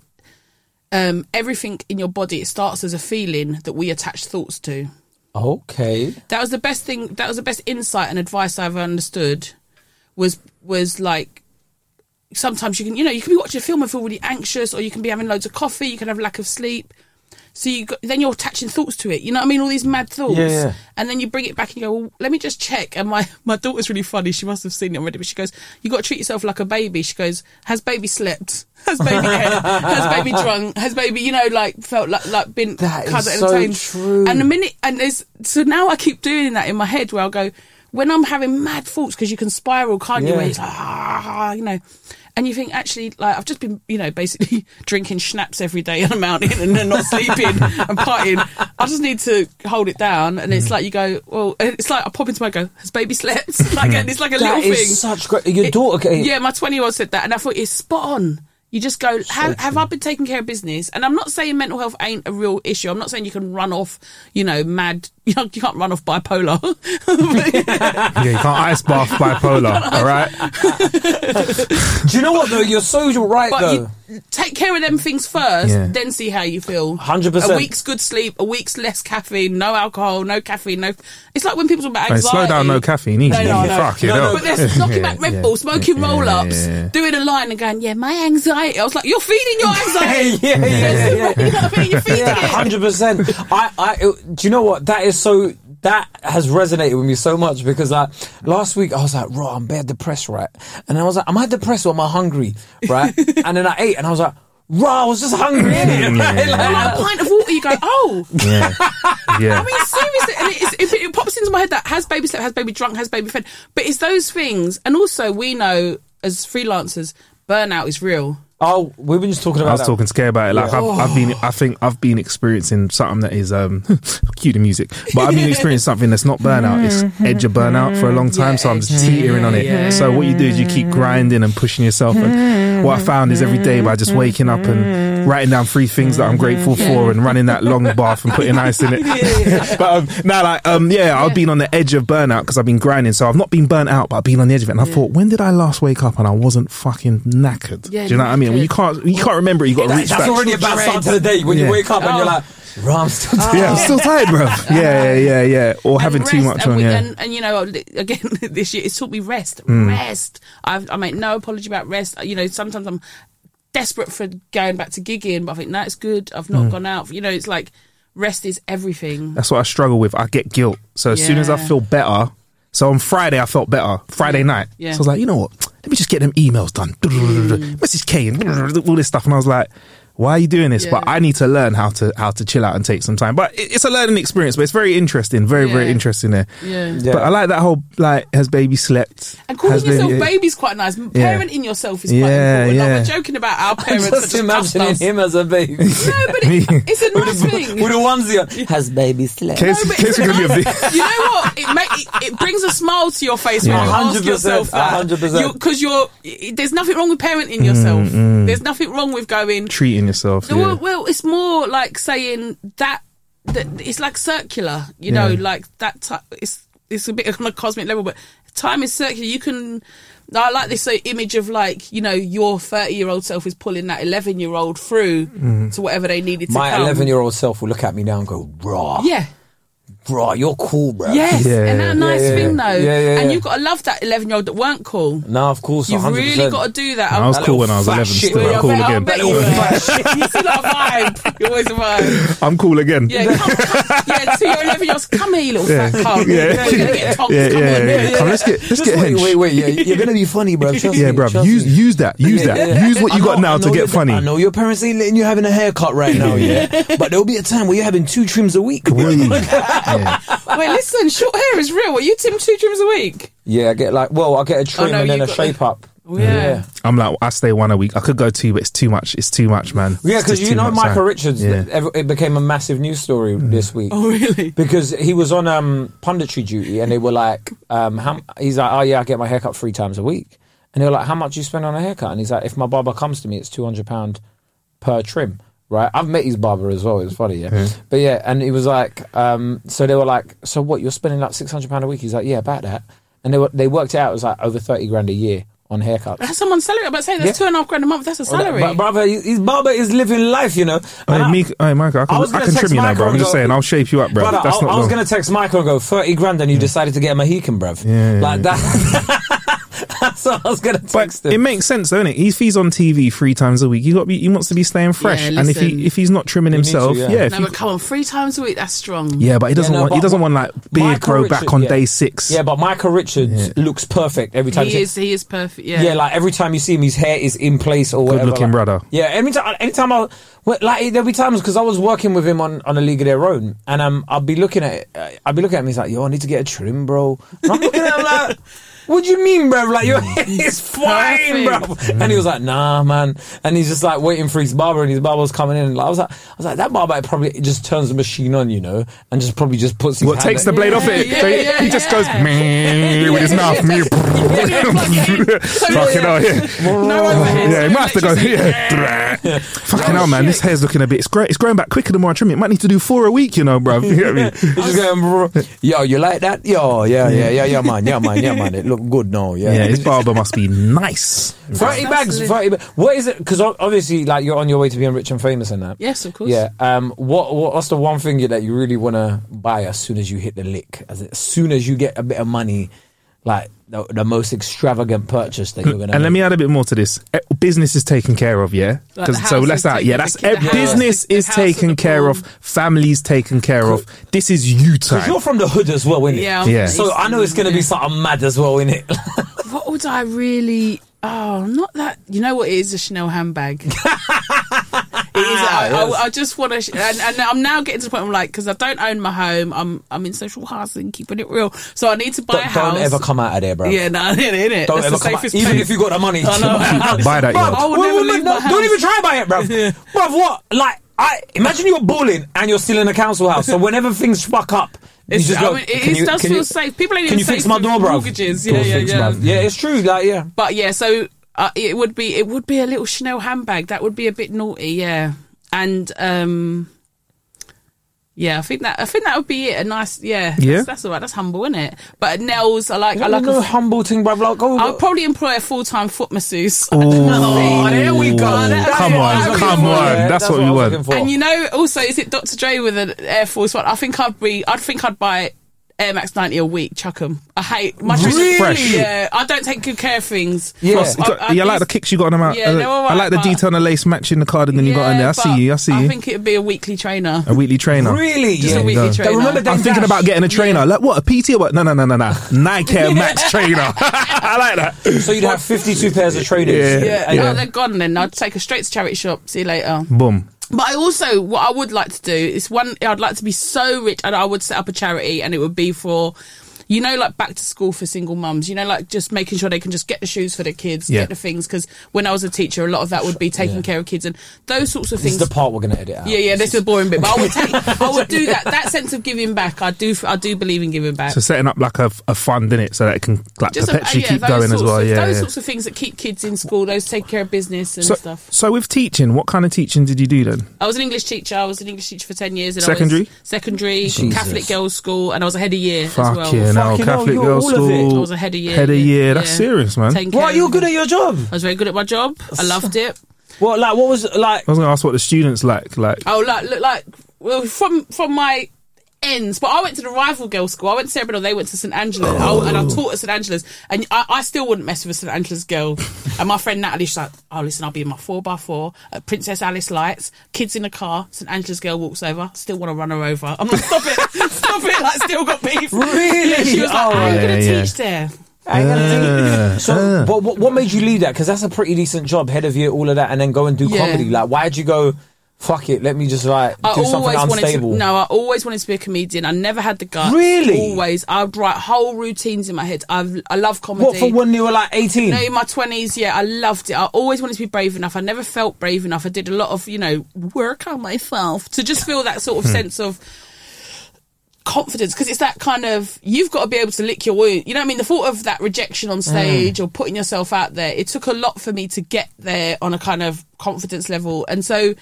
Speaker 5: um, everything in your body it starts as a feeling that we attach thoughts to.
Speaker 4: Okay.
Speaker 5: That was the best thing. That was the best insight and advice I ever understood. Was was like sometimes you can you know you can be watching a film and feel really anxious, or you can be having loads of coffee, you can have lack of sleep. So you got, then you're attaching thoughts to it. You know what I mean? All these mad thoughts,
Speaker 4: Yeah, yeah.
Speaker 5: and then you bring it back and you go, well, let me just check. And my my daughter's really funny. She must have seen it already, but she goes, you got to treat yourself like a baby. She goes, has baby slept? Has baby ate? Has baby drunk? Has baby you know like felt like like been
Speaker 4: That is
Speaker 5: cuddled and
Speaker 4: so
Speaker 5: tamed?
Speaker 4: true.
Speaker 5: And the minute and there's so now I keep doing that in my head where I'll go when I'm having mad thoughts because you can spiral, can't you?
Speaker 4: Yeah.
Speaker 5: Where it's like ah, you know. And you think actually, like I've just been, you know, basically drinking schnapps every day on a mountain and then not sleeping and partying. I just need to hold it down. And
Speaker 4: Mm.
Speaker 5: it's like you go, well, and it's like I pop into my go, has baby slept? Like and it's like a
Speaker 4: That
Speaker 5: little
Speaker 4: is
Speaker 5: thing.
Speaker 4: such great. Your
Speaker 5: It-
Speaker 4: daughter. Okay.
Speaker 5: Yeah, my 20 year old said that, and I thought it's spot on. You just go, have, have I been taking care of business? And I'm not saying mental health ain't a real issue. I'm not saying you can run off, you know, mad. You can't you can't run off bipolar.
Speaker 3: Yeah, you can't ice bath bipolar, all right?
Speaker 4: Do you know what though? You're so right though.
Speaker 5: but you take care of them things first,
Speaker 3: Yeah.
Speaker 5: then see how you feel.
Speaker 4: 100%.
Speaker 5: A week's good sleep, a week's less caffeine, no alcohol, no caffeine, no. It's like when people talk about
Speaker 3: Hey,
Speaker 5: anxiety.
Speaker 3: slow down, no caffeine, easy.
Speaker 5: No, no, no.
Speaker 3: Fuck, you
Speaker 4: No, no,
Speaker 3: know.
Speaker 5: But they're knocking back Red
Speaker 3: yeah,
Speaker 5: Bull, smoking
Speaker 3: yeah,
Speaker 5: roll ups,
Speaker 3: yeah, yeah.
Speaker 5: doing a line and going, yeah, my anxiety. I was like, you're feeding your
Speaker 4: yeah,
Speaker 5: anxiety.
Speaker 4: yeah, yeah, yeah.
Speaker 5: you know what I mean? You're feeding
Speaker 4: Yeah,
Speaker 5: it.
Speaker 4: hundred percent. I, I, it- do you know what? That is so. That has resonated with me so much because like last week I was like, "Raw, I'm bare depressed, right?" And I was like, "Am I depressed or am I hungry, right?" and then I ate, and I was like, "Raw, I was just hungry." innit?" Like,
Speaker 5: Or like a
Speaker 4: like,
Speaker 5: pint of water, you go, oh.
Speaker 3: Yeah. yeah.
Speaker 5: I mean, seriously, and it's, it, it pops into my head that has baby slept, has baby drunk, has baby fed. But it's those things. And also, we know as freelancers, burnout is real.
Speaker 4: oh, we were just talking about.
Speaker 3: I was
Speaker 4: that.
Speaker 3: talking to Kay about it. Like I've, I've been, I think I've been experiencing something that is um, cue the music, but I've been experiencing something that's not burnout. It's edge of burnout for a long time, so I'm just teetering on it. So what you do is you keep grinding and pushing yourself. And what I found is every day by just waking up and writing down three things that I'm grateful for and running that long bath and putting ice in it. but um, now, like, um, yeah, I've been on the edge of burnout because I've been grinding. So I've not been burnt out, but I've been on the edge of it. And I thought, when did I last wake up and I wasn't fucking knackered?
Speaker 5: Yeah,
Speaker 3: do you know what I mean? When you
Speaker 5: knackered.
Speaker 3: can't, you can't remember. it, You got to
Speaker 4: That,
Speaker 3: reach
Speaker 4: that's
Speaker 3: back.
Speaker 4: already about
Speaker 5: Dread.
Speaker 4: start to the day when
Speaker 3: Yeah.
Speaker 4: you wake up and
Speaker 5: Oh.
Speaker 4: you're like, "Raw, I'm still."
Speaker 3: yeah, I'm still tired, bro. Yeah, yeah, yeah, yeah. Or having
Speaker 5: and
Speaker 3: too
Speaker 5: rest,
Speaker 3: much
Speaker 5: and
Speaker 3: on.
Speaker 5: we-
Speaker 3: Yeah, Hmm.
Speaker 5: And, and, you know, again, this year it's taught me rest. Rest. I've, I make no apology about rest. You know, sometimes I'm desperate for going back to gigging, but I think no, it's good. I've
Speaker 3: Hmm.
Speaker 5: not gone out. You know, it's like rest is everything.
Speaker 3: that's what I struggle with. I get guilt. So as soon as I
Speaker 5: Yeah.
Speaker 3: feel better, so on Friday I felt better. Friday night,
Speaker 5: Yeah. Mm.
Speaker 3: so I was like, you know what? Let me just get them emails done. Message K and all this stuff, and I was like. Why are you doing this? But
Speaker 5: Yeah.
Speaker 3: I need to learn how to how to chill out and take some time. But it- it's a learning experience. But it's very interesting, very very
Speaker 5: Yeah.
Speaker 3: interesting there.
Speaker 5: Yeah.
Speaker 4: Yeah.
Speaker 3: But I like that whole like has baby slept?
Speaker 5: And calling
Speaker 3: Has
Speaker 5: yourself
Speaker 3: ate?
Speaker 5: baby's quite nice. Parenting yourself is quite
Speaker 3: Yeah,
Speaker 5: important.
Speaker 3: yeah.
Speaker 5: Like, we're joking about our parents. that
Speaker 4: Just
Speaker 5: just cussed
Speaker 4: imagining
Speaker 5: us.
Speaker 4: him as a baby with
Speaker 5: No, but it, it's a nice thing.
Speaker 4: a onesie. on. Has baby slept?
Speaker 3: Case,
Speaker 5: but
Speaker 3: case
Speaker 5: it's
Speaker 3: we're gonna be a big.
Speaker 5: you know what? It, ma- it, it brings a smile to your face when
Speaker 4: Yeah.
Speaker 5: you ask
Speaker 4: 100%,
Speaker 5: yourself that.
Speaker 4: 100%.
Speaker 5: Because you're, y- there's nothing wrong with parenting yourself. There's nothing wrong with going.
Speaker 3: treating yourself.
Speaker 5: No,
Speaker 3: yeah.
Speaker 5: well, well, it's more like saying that, that it's like circular. You know,
Speaker 3: Yeah.
Speaker 5: like that. Type, it's it's a bit on a cosmic level, but time is circular. You can. I like this uh, image of like you know your thirty year old self is pulling that eleven year old through to whatever they needed to
Speaker 4: My
Speaker 5: come.
Speaker 4: eleven-year-old self will look at me now and go, "Raw."
Speaker 5: yeah
Speaker 4: bro, you're cool, bro.
Speaker 5: Yes, and that nice
Speaker 4: Yeah, yeah,
Speaker 5: thing though,
Speaker 4: yeah. Yeah, yeah, Mm.
Speaker 5: and
Speaker 4: yeah.
Speaker 5: you've got to love that eleven-year-old that weren't cool.
Speaker 4: No, of course,
Speaker 5: You've really
Speaker 4: 100%.
Speaker 5: got to do that.
Speaker 3: I was
Speaker 5: That
Speaker 3: cool
Speaker 5: little
Speaker 3: when I was
Speaker 5: fat
Speaker 3: 11
Speaker 5: shit
Speaker 3: still,
Speaker 5: where
Speaker 3: I'm cool
Speaker 5: you're-
Speaker 3: again.
Speaker 5: I bet you were. You see that vibe? You're always a vibe.
Speaker 3: I'm cool again.
Speaker 5: Yeah, come, come, yeah. So you're 11 years. Come here, you little
Speaker 3: Yeah.
Speaker 5: fat cunt.
Speaker 3: Yeah.
Speaker 5: You're gonna get tongs.
Speaker 3: Yeah,
Speaker 5: come
Speaker 3: yeah,
Speaker 5: on.
Speaker 3: yeah. Come, let's get- let's
Speaker 4: Just
Speaker 3: get
Speaker 4: wait,
Speaker 3: hench.
Speaker 4: wait, wait. Yeah, you're gonna be funny, bro. Trust
Speaker 3: Yeah,
Speaker 4: me,
Speaker 3: bruv,
Speaker 4: trust
Speaker 3: use
Speaker 4: me.
Speaker 3: use that. Use
Speaker 4: Yeah,
Speaker 3: that.
Speaker 4: yeah.
Speaker 3: Use what
Speaker 4: I
Speaker 3: you got
Speaker 4: know- I
Speaker 3: now to
Speaker 4: know
Speaker 3: get
Speaker 4: your-
Speaker 3: funny.
Speaker 4: I know your parents ain't letting you having a haircut right now, yeah. but there'll be a time where you're having two trims a week. bro.
Speaker 5: Wait, listen. Short hair is real. Are you Tim two trims a week?
Speaker 4: yeah, I get like, well, I get a trim
Speaker 5: no,
Speaker 4: and then
Speaker 5: you
Speaker 4: a
Speaker 5: got-
Speaker 4: shape up.
Speaker 5: Oh, yeah.
Speaker 3: I'm like, I stay one a week. I could go two, but it's too much. It's too much, man.
Speaker 4: Yeah,
Speaker 3: It's
Speaker 4: because
Speaker 3: just
Speaker 4: you
Speaker 3: too
Speaker 4: know
Speaker 3: much,
Speaker 4: Michael
Speaker 3: sorry.
Speaker 4: Richards,
Speaker 3: Yeah. Mm.
Speaker 4: th- ev- it became a massive news story this week.
Speaker 5: Oh, really?
Speaker 4: Because he was on um, punditry duty and they were like, um, how, m- he's like, oh yeah, I get my haircut three times a week. And they were like, how much do you spend on a haircut? And he's like, if my barber comes to me, it's £200 per trim, right? I've met his barber as well. It was funny, yeah. But yeah, and he was like, um, so they were like, so what, you're spending like £600 a week? He's like, yeah, about that. And they, were, they worked it out, it was like over 30 grand a year on haircuts.
Speaker 5: That's someone's salary. I'm about to say that's
Speaker 4: Yeah.
Speaker 5: two and a half grand a month. That's a
Speaker 4: Well,
Speaker 5: salary.
Speaker 4: But brother, he- his barber is living life, you know.
Speaker 3: Hey,
Speaker 4: And I-
Speaker 3: me, hey, Michael, I
Speaker 4: I
Speaker 3: can,
Speaker 4: was
Speaker 3: I
Speaker 4: gonna
Speaker 3: can
Speaker 4: text
Speaker 3: trim you now,
Speaker 4: Michael
Speaker 3: bro. I'm
Speaker 4: and
Speaker 3: just
Speaker 4: go-
Speaker 3: saying, I'll shape you up, bro.
Speaker 4: Brother, I,
Speaker 3: That's not
Speaker 4: I was
Speaker 3: long.
Speaker 4: going to text Michael and go, 30 grand and you decided to get him a Mohican, bruv.
Speaker 3: Yeah.
Speaker 4: Like that. That's what I was going to text
Speaker 3: It
Speaker 4: him.
Speaker 3: makes sense, doesn't it? If he's on TV three times a week, he got be, he wants to be staying fresh,
Speaker 5: Yeah,
Speaker 3: and if
Speaker 5: listen.
Speaker 3: he if he's not trimming
Speaker 4: need to,
Speaker 3: himself,
Speaker 4: yeah.
Speaker 3: yeah, yeah, if
Speaker 5: no,
Speaker 3: he-
Speaker 5: but come on, three times a week. That's strong.
Speaker 3: yeah, but he doesn't
Speaker 4: Yeah, no,
Speaker 3: want he
Speaker 4: but-
Speaker 3: doesn't want like beard
Speaker 4: Michael
Speaker 3: grow
Speaker 4: Richards-
Speaker 3: back on
Speaker 4: yeah.
Speaker 3: day six.
Speaker 4: Yeah, but Michael Richards looks perfect every time. you
Speaker 5: he
Speaker 4: see-
Speaker 5: is. He is perfect. Yeah.
Speaker 4: yeah. like every time you see him, his hair is in place or whatever.
Speaker 3: looking
Speaker 4: like-
Speaker 3: brother.
Speaker 4: Yeah, every time, anytime I well, like, there'll be times because I was working with him on, on a league of their own, and um, I'll be looking at it, uh, I'll be looking at him. He's like, "Yo, I need to get a trim, bro." And I'm looking at him like, "What do you mean, bro? Like, your
Speaker 3: Mm.
Speaker 4: hair is fine, bro." And he was like, "Nah, man." And he's just like waiting for his barber, and his barber's coming in. And like, I was like, "I was like, that barber probably just turns the machine on, you know, and just probably just puts his
Speaker 3: What
Speaker 4: hand
Speaker 3: takes the
Speaker 4: on-
Speaker 3: blade off it?
Speaker 5: Yeah,
Speaker 3: They-
Speaker 5: yeah,
Speaker 3: he just
Speaker 5: yeah.
Speaker 3: goes meh with his mouth. meh. Fucking hell, yeah.
Speaker 5: No overheads,
Speaker 3: Yeah, he
Speaker 5: no
Speaker 3: might have to go.
Speaker 5: electricity.
Speaker 3: Yeah, fucking hell, man. This hair's looking a bit. It's, gro- it's growing back quicker the more I trim it. Might need to do four a week, you know, bro. You get me?
Speaker 4: You're just going, "Bro, yo, you like that? Yo, yeah, yeah, yeah, yeah, man, yeah, man, yeah, man. It look good, no, yeah.
Speaker 3: Yeah, his barber must be nice.
Speaker 4: Thirty bags, thirty. Ba- what is it? Because obviously, like you're on your way to being rich and famous and that.
Speaker 5: Yes, of course.
Speaker 4: Yeah. Um. What, what What's the one thing you- that you really want to buy as soon as you hit the lick? As, as soon as you get a bit of money, like the, the most extravagant purchase that you're gonna.
Speaker 3: And let
Speaker 4: make.
Speaker 3: me add a bit more to this. Eh, Business is taken care of, yeah.
Speaker 5: Like
Speaker 3: 'Cause-
Speaker 5: the
Speaker 3: so
Speaker 5: house
Speaker 3: let's
Speaker 5: is
Speaker 3: out.
Speaker 5: taken-
Speaker 3: Yeah,
Speaker 5: the
Speaker 3: that's
Speaker 5: kid- the
Speaker 3: eh,
Speaker 5: house-
Speaker 3: business
Speaker 5: the
Speaker 3: is
Speaker 5: house at the
Speaker 3: taken care of.
Speaker 5: pool.
Speaker 3: Families taken care of. This is you
Speaker 4: 'Cause
Speaker 3: time.
Speaker 4: You're from the hood as well, innit?
Speaker 5: Yeah, I'm
Speaker 3: Yeah.
Speaker 5: from
Speaker 4: So
Speaker 5: the
Speaker 4: I know
Speaker 5: East
Speaker 4: it's gonna
Speaker 5: End,
Speaker 4: be
Speaker 5: yeah.
Speaker 4: something mad as well, innit? it?
Speaker 5: What would I really? Oh, not that. You know what it is? A Chanel handbag. it is.
Speaker 4: Ah,
Speaker 5: I, I, I just want to. And, and I'm now getting to the point. I'm like, because I don't own my home. I'm I'm in social housing, keeping it real. So I need to buy a
Speaker 4: don't,
Speaker 5: house.
Speaker 4: don't ever come out of there, bro.
Speaker 5: Yeah, no, it ain't it.
Speaker 4: Don't
Speaker 5: That's
Speaker 4: ever
Speaker 5: the
Speaker 4: come out.
Speaker 5: safest
Speaker 4: Even
Speaker 5: place.
Speaker 4: if you got the money,
Speaker 5: I know.
Speaker 3: Buy that,
Speaker 4: Bruv,
Speaker 3: yo.
Speaker 5: I would
Speaker 4: wait,
Speaker 5: never
Speaker 4: wait,
Speaker 5: leave
Speaker 4: wait, no,
Speaker 5: my
Speaker 4: Don't
Speaker 5: house.
Speaker 4: even try buy it, bruv. bruv, what? Like, I imagine you're balling and you're still in a council house. So whenever things fuck up, you
Speaker 5: It's-
Speaker 4: just
Speaker 5: I
Speaker 4: go.
Speaker 5: mean, it
Speaker 4: "Can
Speaker 5: is-
Speaker 4: you-
Speaker 5: does
Speaker 4: can
Speaker 5: feel
Speaker 4: you-
Speaker 5: safe. People ain't
Speaker 4: Can
Speaker 5: even
Speaker 4: you fix
Speaker 5: safe
Speaker 4: my
Speaker 5: with
Speaker 4: door, bruv?
Speaker 5: mortgages. Yeah,
Speaker 4: Door
Speaker 5: yeah,
Speaker 4: fix,
Speaker 5: yeah.
Speaker 4: bruv. Yeah, it's true. Like, yeah.
Speaker 5: But yeah, so uh, it would be it would be a little Chanel handbag. That would be a bit naughty, yeah. And um yeah, I think that I think that would be it. A nice, yeah,
Speaker 3: Yeah.
Speaker 5: That's, that's all right. That's humble, isn't it? But nails, I like. I like.
Speaker 4: no
Speaker 5: A,
Speaker 4: humble thing, bruv. Like, go.
Speaker 5: I'll probably employ a full time foot masseuse.
Speaker 3: Oh,
Speaker 4: there we go. That's
Speaker 3: Come
Speaker 4: it.
Speaker 3: on,
Speaker 4: That's
Speaker 3: come
Speaker 4: what I was looking
Speaker 3: on.
Speaker 4: for.
Speaker 3: That's what we
Speaker 4: I was looking
Speaker 3: want.
Speaker 4: for.
Speaker 5: And you know, also, is it Dr. Dre with an Air Force One? I think I'd be. I'd think I'd buy Air Max ninety a week. Chuck 'em. I hate my shoes are
Speaker 3: Really?
Speaker 5: fresh. Yeah, I don't take good care of things.
Speaker 4: Yeah.
Speaker 3: Plus, you
Speaker 5: I-
Speaker 3: got-
Speaker 5: I-
Speaker 3: yeah, I like the kicks you got on them out.
Speaker 5: Yeah, they're all
Speaker 3: I like the
Speaker 5: right, but-
Speaker 3: detail on the lace matching the cardigan you got on there. I see
Speaker 5: but
Speaker 3: you. I see you.
Speaker 5: I think it'd be a weekly trainer.
Speaker 3: a weekly trainer.
Speaker 4: Really?
Speaker 5: Just a
Speaker 4: Yeah.
Speaker 5: weekly
Speaker 3: go.
Speaker 5: trainer.
Speaker 4: Remember that-
Speaker 3: I'm thinking
Speaker 4: Dash.
Speaker 3: about getting a trainer. Like what? A PT or what? No, no, no, no, no. Nike Air Max trainer. I like that.
Speaker 4: So you'd have 52 pairs of trainers.
Speaker 3: Yeah.
Speaker 5: yeah,
Speaker 4: And-
Speaker 5: Oh, they're gone then. I'd take her straight to charity shop. See you later.
Speaker 3: Boom.
Speaker 5: But I also, what I would like to do is one, I'd like to be so rich and I would set up a charity and it would be for, you know, like back to school for single mums, you know, like just making sure they can just get the shoes for their kids,
Speaker 3: Yeah.
Speaker 5: get the things. Because when I was a teacher, a lot of that would be taking care of kids and those sorts of
Speaker 4: This
Speaker 5: things.
Speaker 4: is the part we're going to edit out.
Speaker 5: yeah, yeah, this is a boring bit, but I would, take, I would do that. That sense of giving back, I do, I do believe in giving back.
Speaker 3: So setting up like a, a fund in it so that it can like
Speaker 5: Just a-
Speaker 3: perpetually
Speaker 5: yeah,
Speaker 3: keep
Speaker 5: those
Speaker 3: going as
Speaker 5: sorts
Speaker 3: well.
Speaker 5: Of,
Speaker 3: yeah.
Speaker 5: those
Speaker 3: yeah.
Speaker 5: sorts of things that keep kids in school, those take care of business and
Speaker 3: so,
Speaker 5: stuff.
Speaker 3: so with teaching, what kind of teaching did you do then?
Speaker 5: I was an English teacher. I was an English teacher for ten years. And I
Speaker 3: Secondary?
Speaker 5: was secondary Catholic girls' school, and I was a head of year as well.
Speaker 3: Fucking hell,
Speaker 4: Fucking hell,
Speaker 3: Catholic
Speaker 4: you're
Speaker 3: girls'
Speaker 4: all of it.
Speaker 3: school.
Speaker 5: I was a head of year.
Speaker 3: Head of
Speaker 5: yeah,
Speaker 3: year. That's
Speaker 5: yeah.
Speaker 3: serious, man.
Speaker 5: Taking care
Speaker 4: What?
Speaker 5: of-
Speaker 4: You're good at your job.
Speaker 5: I was very good at my job. I loved it.
Speaker 4: What? Like, what was like?
Speaker 3: I was going to ask what the students like. Like,
Speaker 5: Oh, like look like well from from my ends. But I went to the rival girls' school. I went to Sarah Bernal, they went to St. Angela's. I,
Speaker 4: Oh.
Speaker 5: and I taught at St. Angela's. And I, I still wouldn't mess with a St. Angela's girl. and my friend Natalie, she's like, oh, listen, I'll be in my 4x4 at Princess Alice Lights, kids in the car, St. Angela's girl walks over, still want to run her over. I'm like, stop it, stop it, like, still got beef.
Speaker 4: Really?
Speaker 5: Yeah, she was like,
Speaker 4: Oh,
Speaker 5: I'm going to
Speaker 4: yeah, yeah.
Speaker 5: teach there.
Speaker 4: I ain't gonna
Speaker 3: Uh,
Speaker 4: do- so, but what, what made you leave that? Because that's a pretty decent job, head of year, all of that, and then go and do
Speaker 5: Yeah.
Speaker 4: comedy. Like, why would you go? Fuck it, let me just like
Speaker 5: I
Speaker 4: do something
Speaker 5: always wanted
Speaker 4: unstable.
Speaker 5: to, no, I always wanted to be a comedian. I never had the guts.
Speaker 4: Really?
Speaker 5: Always. I'd write whole routines in my head. I've, I love comedy.
Speaker 4: What for when you were like eighteen?
Speaker 5: No, in my twenties, yeah, I loved it. I always wanted to be brave enough. I never felt brave enough. I did a lot of, you know, work on myself to just feel that sort of
Speaker 4: Hmm.
Speaker 5: sense of confidence because it's that kind of you've got to be able to lick your wound. You know what I mean? The thought of that rejection on
Speaker 4: Hmm.
Speaker 5: stage or putting yourself out there, it took a lot for me to get there on a kind of confidence level. And so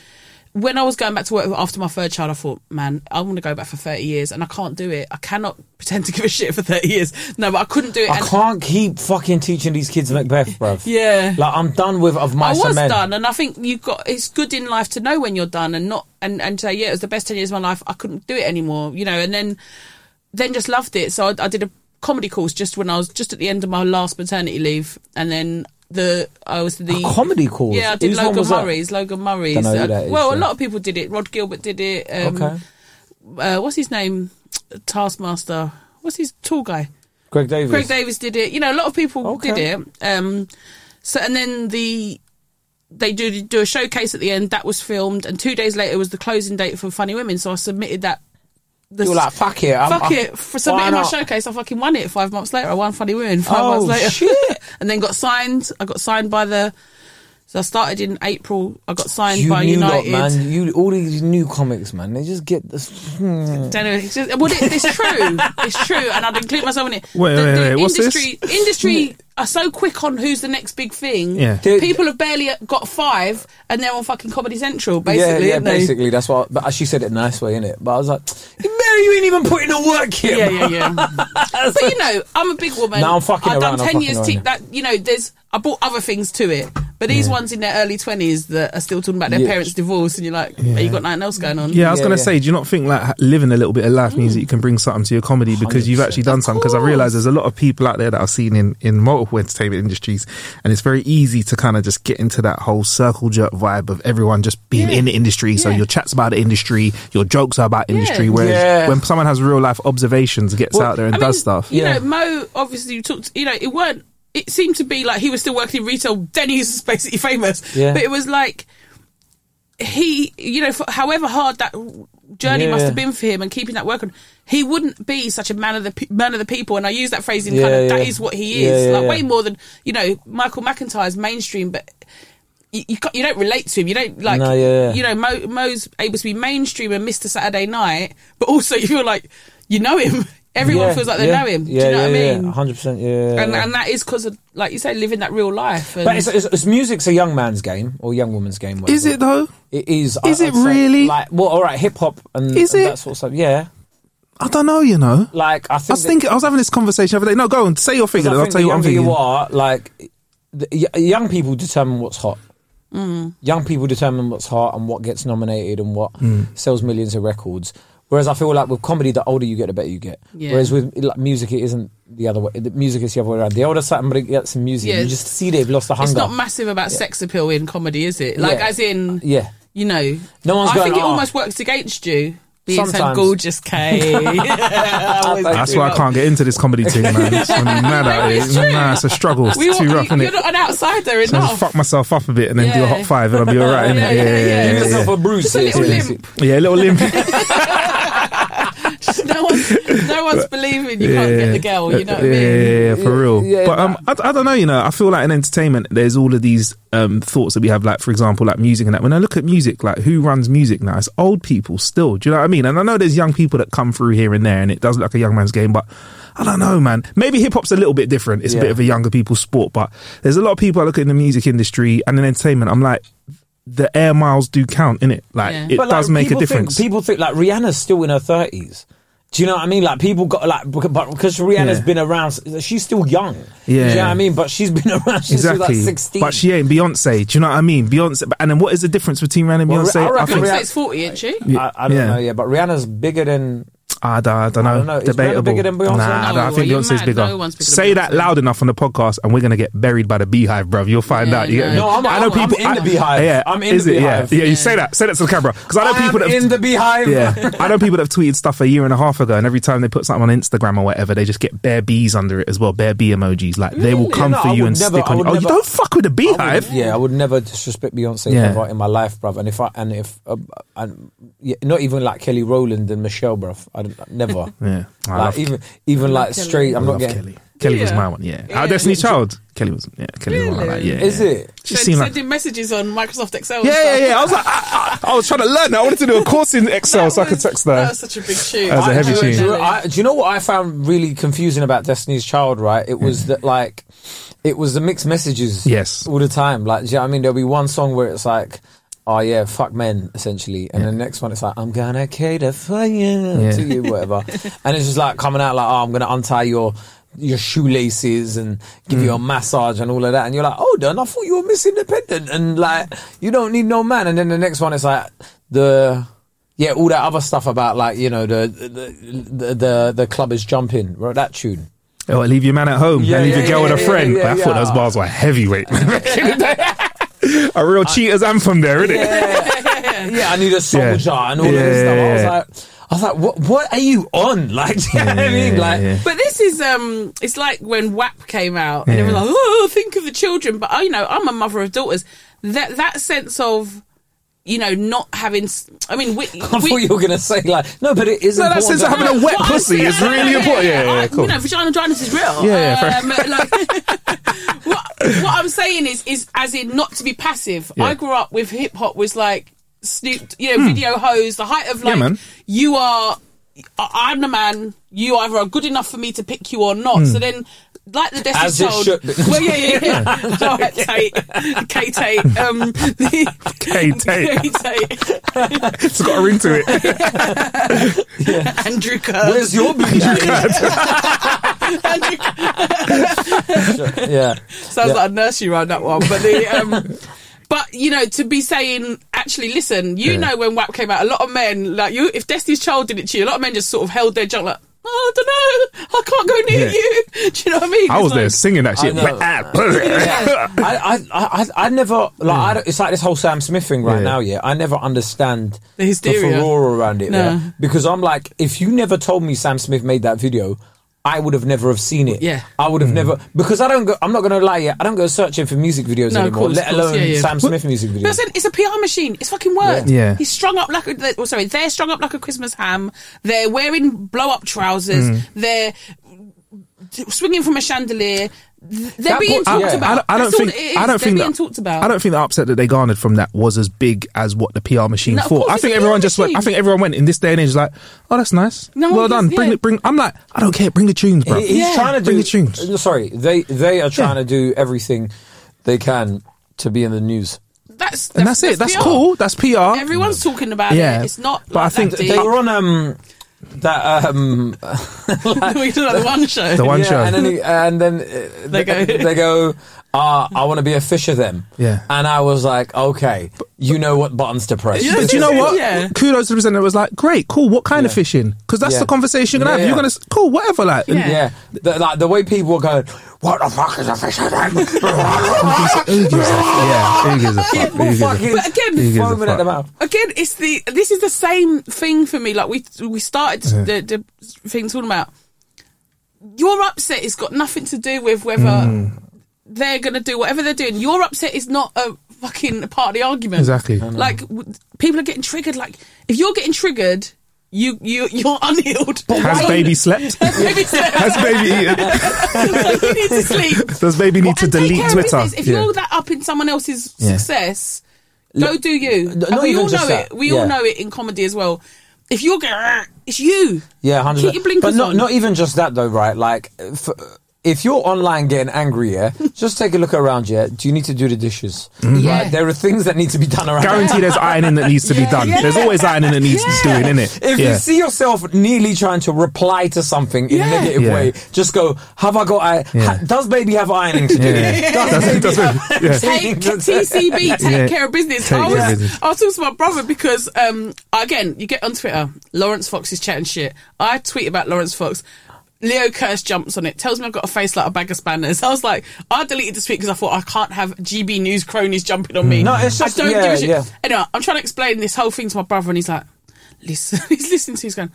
Speaker 5: when I was going back to work after my third child, I thought, man, I want to go back for 30 years and I can't do it. I cannot pretend to give a shit for 30 years. No, but I couldn't do it.
Speaker 4: I
Speaker 5: And-
Speaker 4: can't keep fucking teaching these kids Macbeth, bruv.
Speaker 5: Yeah.
Speaker 4: like I'm done with of my
Speaker 5: I was
Speaker 4: cement.
Speaker 5: done, and I think you got. It's good in life to know when you're done, and not and and say, yeah, it was the best ten years of my life. I couldn't do it anymore, you know. And then, then just loved it. So I, I did a comedy course just when I was just at the end of my last maternity leave, and then the I was the
Speaker 4: A comedy course?
Speaker 5: Yeah, I did
Speaker 4: Whose one
Speaker 5: Logan
Speaker 4: was that?
Speaker 5: Murray's. Logan Murray's. Uh,
Speaker 4: Dunno who that is,
Speaker 5: well, a
Speaker 4: yeah.
Speaker 5: lot of people did it. Rod Gilbert did it. Um,
Speaker 4: Okay.
Speaker 5: uh, what's his name? Taskmaster. What's his tall guy?
Speaker 4: Greg Davis.
Speaker 5: Craig Davis did it. You know, a lot of people
Speaker 4: Okay.
Speaker 5: did it. Um, so and then the they do do a showcase at the end that was filmed, and two days later was the closing date for Funny Women. So I submitted that. The,
Speaker 4: You were like, fuck it, I'm-
Speaker 5: fuck
Speaker 4: I'm-
Speaker 5: it. For
Speaker 4: why
Speaker 5: submitting my
Speaker 4: not?
Speaker 5: showcase, I fucking won it. Five months later, I won Funny Women. Five
Speaker 4: Oh,
Speaker 5: months later,
Speaker 4: shit.
Speaker 5: and then got signed. I got signed by the. So I started in April. I got signed
Speaker 4: You
Speaker 5: by
Speaker 4: new lot,
Speaker 5: United.
Speaker 4: man. You all these new comics, man. They just get this. Hmm.
Speaker 5: Don't know, it's just- well, it, it's true. it's true, and I'd include myself in it.
Speaker 4: Wait,
Speaker 5: the,
Speaker 4: wait,
Speaker 5: the
Speaker 4: wait, what's this?
Speaker 5: industry, Industry are so quick on who's the next big thing.
Speaker 4: Yeah. Dude.
Speaker 5: People have barely got five, and they're on fucking Comedy Central, basically.
Speaker 4: yeah, yeah,
Speaker 5: aren't they?
Speaker 4: basically that's what. But she said it a nice way, innit? But I was like, Mary, you ain't even put in the work here.
Speaker 5: Yeah, yeah, yeah. but you know, I'm a big woman.
Speaker 4: No, I'm fucking
Speaker 5: I've done
Speaker 4: around, I'm
Speaker 5: ten
Speaker 4: fucking
Speaker 5: years. Te-
Speaker 4: around.
Speaker 5: that you know, there's. I brought other things to it, but these
Speaker 3: Yeah.
Speaker 5: ones in their early twenties that are still talking about their
Speaker 3: Yeah.
Speaker 5: parents' divorce, and you're like,
Speaker 3: Yeah.
Speaker 5: "Hey, you got nothing else going on?"
Speaker 3: Yeah, I was going to say, do you not think like ha- living a little bit of life means that you can bring something to your comedy because you've actually done something? Because I realize there's a lot of people out there that I've seen in, in multiple entertainment industries, and it's very easy to kind of just get into that whole circle jerk vibe of everyone just being in the industry. So your chats about the industry, your jokes are about industry.
Speaker 5: Yeah.
Speaker 3: Whereas
Speaker 5: Yeah.
Speaker 3: when someone has real life observations, gets
Speaker 5: Well,
Speaker 3: out there and
Speaker 5: I
Speaker 3: does
Speaker 5: mean,
Speaker 3: stuff.
Speaker 5: You know, Mo obviously you talked. You know, it weren't. It seemed to be like he was still working in retail. Denny's is basically famous,
Speaker 3: Yeah.
Speaker 5: but it was like he, you know, for however hard that journey
Speaker 4: Yeah.
Speaker 5: must have been for him and keeping that work on, he wouldn't be such a man of the pe- man of the people. And I use that phrase in kind
Speaker 4: Yeah,
Speaker 5: of that
Speaker 4: yeah.
Speaker 5: is what he
Speaker 4: Yeah,
Speaker 5: is,
Speaker 4: yeah,
Speaker 5: like
Speaker 4: yeah.
Speaker 5: way more than you know. Michael McIntyre's mainstream, but you you, can't, you don't relate to him. You don't like.
Speaker 4: No, yeah, yeah.
Speaker 5: You know, Mo, Mo's able to be mainstream and Mr. Saturday Night, but also you feel like you know him. Everyone
Speaker 4: Yeah,
Speaker 5: feels like they
Speaker 4: yeah,
Speaker 5: know him.
Speaker 4: Yeah,
Speaker 5: Do you know
Speaker 4: yeah,
Speaker 5: what I mean?
Speaker 4: Hundred percent. Yeah.
Speaker 5: and
Speaker 4: yeah.
Speaker 5: and that is because of like you say, living that real life. And
Speaker 4: but it's, it's, it's music's a young man's game or young woman's game.
Speaker 3: Is
Speaker 4: whatever.
Speaker 3: it though?
Speaker 4: It is.
Speaker 3: Is it
Speaker 4: say,
Speaker 3: really?
Speaker 4: Like, well, all right, hip hop and,
Speaker 3: Is
Speaker 4: and
Speaker 3: it?
Speaker 4: that sort of stuff. Yeah.
Speaker 3: I don't know, you know.
Speaker 4: Like, I think.
Speaker 3: I was thinking, I was having this conversation the other day. No, go on, say your
Speaker 4: Because
Speaker 3: figure,
Speaker 4: I
Speaker 3: then I'll
Speaker 4: think
Speaker 3: tell
Speaker 4: the
Speaker 3: you what I'm
Speaker 4: younger
Speaker 3: thinking.
Speaker 4: You are like the, y- young people determine what's hot. Young people determine what's hot and what gets nominated and what
Speaker 3: Mm.
Speaker 4: sells millions of records. Whereas I feel like with comedy, the older you get, the better you get.
Speaker 5: Yeah.
Speaker 4: Whereas with like, music, it isn't the other way. The music is the other way around. The older somebody gets in music,
Speaker 5: Yeah,
Speaker 4: you just see they've lost the hunger.
Speaker 5: it's not massive about sex appeal in comedy, is it? Like
Speaker 4: Yeah. Uh,
Speaker 5: as in,
Speaker 4: yeah.
Speaker 5: you know,
Speaker 4: No one's
Speaker 5: I
Speaker 4: going,
Speaker 5: think it
Speaker 4: "Oh."
Speaker 5: almost works against you. Being so
Speaker 4: Sometimes.
Speaker 5: gorgeous, Kay. I always
Speaker 3: That's
Speaker 5: do
Speaker 3: why I
Speaker 5: that.
Speaker 3: can't get into this comedy thing, man. It's, I'm mad at it. Nah, it's a struggle. It's
Speaker 5: We
Speaker 3: too
Speaker 5: want-
Speaker 3: rough,
Speaker 5: You're
Speaker 3: innit? it?
Speaker 5: not an outsider
Speaker 3: So I just
Speaker 5: enough.
Speaker 3: fuck myself up a bit and then do a
Speaker 5: Yeah.
Speaker 3: hot five and I'll be all right, innit?
Speaker 5: Yeah,
Speaker 3: Yeah,
Speaker 5: yeah,
Speaker 3: yeah,
Speaker 5: yeah.
Speaker 3: yeah.
Speaker 5: Give yourself
Speaker 3: yeah.
Speaker 5: a bruise Just a here, little so you limp.
Speaker 3: Yeah, a little limp.
Speaker 5: no one's, no one's believing you can't get the girl. You know what I
Speaker 3: yeah,
Speaker 5: mean?
Speaker 3: Yeah, yeah, for real.
Speaker 5: yeah,
Speaker 3: but um, I, I don't know. You know, I feel like in entertainment, there's all of these um thoughts that we have. Like for example, like music and that. When I look at music, like who runs music now? It's old people still. Do you know what I mean? And I know there's young people that come through here and there, and it does look like a young man's game, but. I don't know, man. Maybe hip hop's a little bit different. It's a bit
Speaker 4: Yeah.
Speaker 3: of a younger people's sport, but there's a lot of people I look at in the music industry and in entertainment. I'm like, the air miles do count, innit? Like, it
Speaker 4: But, like,
Speaker 3: does make a
Speaker 4: people think-
Speaker 3: difference.
Speaker 4: people think like Rihanna's still in her thirties. Do you know what I mean? Like people got like bec- but because Rihanna's
Speaker 3: Yeah.
Speaker 4: been around, she's still young. do
Speaker 3: Yeah.
Speaker 4: you know what I mean? But she's been around since she was like sixteen.
Speaker 3: But she ain't Beyonce. Do you know what I mean? Beyonce. but- And then what is the difference between Rihanna and
Speaker 4: Well,
Speaker 3: Beyonce?
Speaker 4: I reckon
Speaker 5: Beyonce's
Speaker 4: Rihanna-
Speaker 5: forty, isn't she?
Speaker 4: I, I don't
Speaker 3: Yeah.
Speaker 4: know, yeah. But Rihanna's bigger than
Speaker 3: I don't, ah, I don't know.
Speaker 4: don't know. Is Rihanna
Speaker 3: Debatable.
Speaker 4: bigger than Beyonce?
Speaker 3: Nah,
Speaker 4: No,
Speaker 3: I think
Speaker 4: are you
Speaker 3: Beyonce's
Speaker 4: mad?
Speaker 3: bigger.
Speaker 4: No one's bigger than
Speaker 3: Say that loud enough on the podcast, and we're gonna get buried by the beehive, bruv. You'll find out. You get me?
Speaker 4: No, I'm-
Speaker 3: I know
Speaker 4: I'm- I'm
Speaker 3: people
Speaker 4: in the beehive.
Speaker 3: Yeah,
Speaker 4: I'm in
Speaker 3: is
Speaker 4: the
Speaker 3: it?
Speaker 4: beehive.
Speaker 3: Yeah, yeah. You
Speaker 4: Yeah.
Speaker 3: say that. Say that to the camera because I know
Speaker 4: I
Speaker 3: people
Speaker 4: am
Speaker 3: that have-
Speaker 4: in the beehive.
Speaker 3: Yeah, I know people that have tweeted stuff a year and a half ago, and every time they put something on Instagram or whatever, they just get bare bees under it as well. Bare bee emojis. Like they will come
Speaker 4: No,
Speaker 3: for
Speaker 4: I
Speaker 3: you
Speaker 4: would
Speaker 3: and
Speaker 4: never-
Speaker 3: stick
Speaker 4: I
Speaker 3: on you.
Speaker 4: would
Speaker 3: Oh, you
Speaker 4: never-
Speaker 3: don't fuck with a beehive.
Speaker 4: Yeah, I would never disrespect Beyonce
Speaker 3: Yeah.
Speaker 4: ever in my life, bruv. And if I and if uh, and yeah, not even like Kelly Rowland and Michelle, bruv. I don't, never.
Speaker 3: Yeah, I
Speaker 4: like,
Speaker 3: love
Speaker 4: even even like straight. I'm
Speaker 3: I
Speaker 4: not
Speaker 3: love
Speaker 4: getting
Speaker 3: Kelly. Kelly was my one. Yeah, our Destiny Child. Kelly was. Yeah, Kelly was one like that. Yeah,
Speaker 4: Is
Speaker 3: yeah.
Speaker 4: it?
Speaker 3: She seemed like.
Speaker 5: sending messages on Microsoft Excel.
Speaker 3: Yeah, yeah, yeah. I was like, "Ah, I, I, I was trying to learn. that. I wanted to do a course in Excel so I could text that.
Speaker 5: That was such a big tune.
Speaker 3: That was a heavy
Speaker 4: do, you-
Speaker 3: tune.
Speaker 4: Do, you- I- do you know what I found really confusing about Destiny's Child? Right, it was that like, it was the mixed messages.
Speaker 3: Yes.
Speaker 4: all the time. Like, do you know what I mean? There'll be one song where it's like. Oh yeah, fuck men essentially, and the next one it's like I'm gonna cater for you,
Speaker 3: Yeah.
Speaker 4: to you, whatever, and it's just like coming out like oh I'm gonna untie your your shoelaces and give you a massage and all of that, and you're like hold on, I thought you were Miss Independent, and like you don't need no man, and then the next one it's like the yeah, all that other stuff about like you know the the the the, the club is jumping. Wrote that tune.
Speaker 3: Oh, I leave your man at home.
Speaker 4: Yeah,
Speaker 3: I leave
Speaker 4: yeah,
Speaker 3: your girl
Speaker 4: yeah,
Speaker 3: with a
Speaker 4: yeah,
Speaker 3: friend.
Speaker 4: yeah,
Speaker 3: But I thought
Speaker 4: yeah.
Speaker 3: those bars were heavyweight. man, back in the day. a real cheater's anthem there, isn't it?
Speaker 4: Yeah, I need a soldier
Speaker 3: Yeah.
Speaker 4: and all of
Speaker 3: Yeah,
Speaker 4: this
Speaker 3: yeah,
Speaker 4: stuff. I was like, I was like, what what are you on? Like, do you know what I mean? Like,
Speaker 3: yeah.
Speaker 5: But this is um, it's like when WAP came out, and
Speaker 3: Yeah.
Speaker 5: everyone's like, "Oh, think of the children." But oh, you know, I'm a mother of daughters. That that sense of, you know, not having. s- I mean, we,
Speaker 4: I thought
Speaker 5: we-
Speaker 4: you were gonna say like, no, but it is.
Speaker 3: No, that
Speaker 4: important
Speaker 3: sense of
Speaker 4: that-
Speaker 3: having a wet
Speaker 5: Well, I
Speaker 3: pussy
Speaker 5: see-
Speaker 3: is really important. Yeah, yeah,
Speaker 5: I-
Speaker 3: yeah, cool.
Speaker 5: You know, vagina dryness is real.
Speaker 3: Yeah, yeah,
Speaker 5: Um, like, what, what I'm saying is, is as in not to be passive.
Speaker 3: Yeah. Hmm.
Speaker 5: I grew up with hip hop was like Snoop, you know, video hoes, the height of
Speaker 3: Yeah,
Speaker 5: like
Speaker 3: man.
Speaker 5: you are. I- I'm the man. You either are good enough for me to pick you or not.
Speaker 3: Hmm.
Speaker 5: So then, like the Destiny
Speaker 4: As it
Speaker 5: Child,
Speaker 4: should be.
Speaker 5: well, yeah, yeah, yeah. All right, Tate, K Tate, um,
Speaker 3: K-Tate.
Speaker 5: K-Tate,
Speaker 3: It's got a ring to it.
Speaker 5: Andrew Kerr.
Speaker 4: Where's your blue
Speaker 5: Andrew Kerr.
Speaker 4: Yeah,
Speaker 5: Sounds like a nursery rhyme that one, but the um, but you know to be saying actually listen, you know when WAP came out, a lot of men like you. If Destiny's Child did it to you, a lot of men just sort of held their junk like. Oh, I don't know. I can't go near
Speaker 3: Yeah.
Speaker 5: you. Do you know what I mean?
Speaker 3: I
Speaker 5: It's
Speaker 3: was there
Speaker 5: like-
Speaker 3: singing that shit.
Speaker 4: know.
Speaker 3: Yeah.
Speaker 4: I, I, I, I never like. I don't- it's like this whole Sam Smith thing right
Speaker 3: Yeah.
Speaker 4: now. Yeah, I never understand
Speaker 5: The hysteria.
Speaker 4: furore around it.
Speaker 5: No.
Speaker 4: Yeah, because I'm like, if you never told me Sam Smith made that video. I would have never have seen it.
Speaker 5: Yeah.
Speaker 4: I would have never because I don't go. I'm not going to lie. Yeah, I don't go searching for music videos
Speaker 5: No, of
Speaker 4: anymore.
Speaker 5: course,
Speaker 4: let
Speaker 5: of course,
Speaker 4: alone
Speaker 5: yeah, yeah.
Speaker 4: Sam Smith music videos.
Speaker 5: Listen, it's a PR machine. It's fucking work.
Speaker 3: Yeah. Yeah.
Speaker 5: He's strung up like a. they- Well, sorry, they're strung up like a Christmas ham. They're wearing blow up trousers.
Speaker 3: Mm.
Speaker 5: They're swinging from a chandelier. Th- They're
Speaker 4: That
Speaker 5: being
Speaker 4: bo- I-
Speaker 5: talked
Speaker 4: yeah.
Speaker 5: about.
Speaker 3: I, I don't
Speaker 5: That's all
Speaker 3: think.
Speaker 5: it is.
Speaker 3: I don't
Speaker 5: they're
Speaker 3: think.
Speaker 5: being
Speaker 3: that-
Speaker 5: talked about.
Speaker 3: I don't think the upset that they garnered from that was as big as what the PR machine
Speaker 5: No, of
Speaker 3: thought.
Speaker 5: course,
Speaker 3: I
Speaker 5: it's
Speaker 3: think
Speaker 5: a
Speaker 3: everyone
Speaker 5: PR
Speaker 3: just went. I
Speaker 5: machine.
Speaker 3: think everyone went in this day and age like, oh, that's nice.
Speaker 5: No one
Speaker 3: well
Speaker 5: gives-
Speaker 3: done. Bring
Speaker 5: yeah.
Speaker 3: it. Bring. I'm like, I don't care. Bring the tunes, bro.
Speaker 4: He- He's trying to do.
Speaker 3: bring the tunes.
Speaker 4: uh, Sorry, they they are trying to do everything they can to be in the news.
Speaker 5: That's,
Speaker 3: and that's, it. That's
Speaker 5: PR.
Speaker 3: cool. That's PR.
Speaker 5: Everyone's talking about
Speaker 3: Oh. Yeah.
Speaker 5: it. It's not.
Speaker 3: But I
Speaker 5: like
Speaker 3: think
Speaker 5: that
Speaker 3: that
Speaker 5: deep.
Speaker 4: They were on um that um
Speaker 5: we do like the one show.
Speaker 3: The one
Speaker 4: yeah,
Speaker 3: show.
Speaker 4: and then, he- and then uh, they
Speaker 5: go-
Speaker 4: go they go. Uh, I want to be a fish of them.
Speaker 3: Yeah.
Speaker 4: and I was like, okay, you know what buttons to press.
Speaker 5: Yeah,
Speaker 3: But do you know what?
Speaker 5: Yeah.
Speaker 3: Kudos to the presenter. Was like, great, cool. What kind of
Speaker 4: Yeah.
Speaker 3: fishing? Because that's
Speaker 4: Yeah.
Speaker 3: the conversation you're gonna
Speaker 4: Yeah,
Speaker 3: have. You're
Speaker 4: yeah.
Speaker 3: gonna s- cool, whatever. Like, and-
Speaker 5: Yeah.
Speaker 4: Yeah, the, like the way people were going, what the fuck is a fish of them?
Speaker 3: who gives a f- yeah, who gives a fuck? Who
Speaker 4: People
Speaker 3: gives a
Speaker 4: fucking
Speaker 5: But again,
Speaker 3: Who gives a
Speaker 4: foaming at the
Speaker 3: fuck?
Speaker 4: mouth.
Speaker 5: Again, it's the this is the same thing for me. Like we we started
Speaker 3: Uh-huh.
Speaker 5: the, the thing talking about your upset has got nothing to do with whether
Speaker 3: Mm.
Speaker 5: they're going to do whatever they're doing. Your upset is not a fucking part of the argument.
Speaker 3: Exactly. I know.
Speaker 5: Like w- people are getting triggered. Like if you're getting triggered, you you you're unhealed.
Speaker 3: Has baby slept?
Speaker 5: Baby said-
Speaker 3: Has baby eaten?
Speaker 5: like, you need to sleep.
Speaker 3: Does baby need to
Speaker 5: And take care
Speaker 3: delete
Speaker 5: of
Speaker 3: Twitter?
Speaker 5: business. If you're that up in someone else's
Speaker 3: Yeah.
Speaker 5: success, go do you.
Speaker 4: not
Speaker 5: And we
Speaker 4: even
Speaker 5: all
Speaker 4: just
Speaker 5: know
Speaker 4: that.
Speaker 5: it. We
Speaker 4: Yeah.
Speaker 5: all know it in comedy as well. If you're going, it's you.
Speaker 4: Yeah, hundred.
Speaker 5: Keep your blinkers
Speaker 4: But not
Speaker 5: on.
Speaker 4: not even just that though, right? Like, uh, for, if you're online getting angry, yeah, just take a look around. Yeah, do you need to do the dishes?
Speaker 3: Mhm.
Speaker 4: Right?
Speaker 3: Yeah.
Speaker 4: There are things that need to be done around.
Speaker 3: Guarantee there's ironing that needs to be done. There's always ironing that needs doing, in it?
Speaker 4: If you see yourself nearly trying to reply to something in
Speaker 3: Yeah.
Speaker 4: a negative
Speaker 3: Yeah.
Speaker 4: way, just go, have I got, I-
Speaker 3: Yeah.
Speaker 4: ha- does baby have ironing to do?
Speaker 3: Yeah. Does- does baby- yeah.
Speaker 5: Take TCB, take
Speaker 3: Yeah.
Speaker 5: care of business.
Speaker 3: Take
Speaker 5: I
Speaker 3: care
Speaker 5: was,
Speaker 3: of business.
Speaker 5: I was talking to my brother because, um, again, you get on Twitter, Lawrence Fox is chatting shit. I tweet about Lawrence Fox. Leo Kirsch jumps on it, tells me I've got a face like a bag of spanners. I was like, I deleted the tweet because I thought I can't have GB News cronies jumping on me.
Speaker 4: No, it's just-
Speaker 5: I don't
Speaker 4: yeah,
Speaker 5: give a shit.
Speaker 4: yeah.
Speaker 5: Anyway, I'm trying to explain this whole thing to my brother, and he's like, listen, he's listening to, he's going,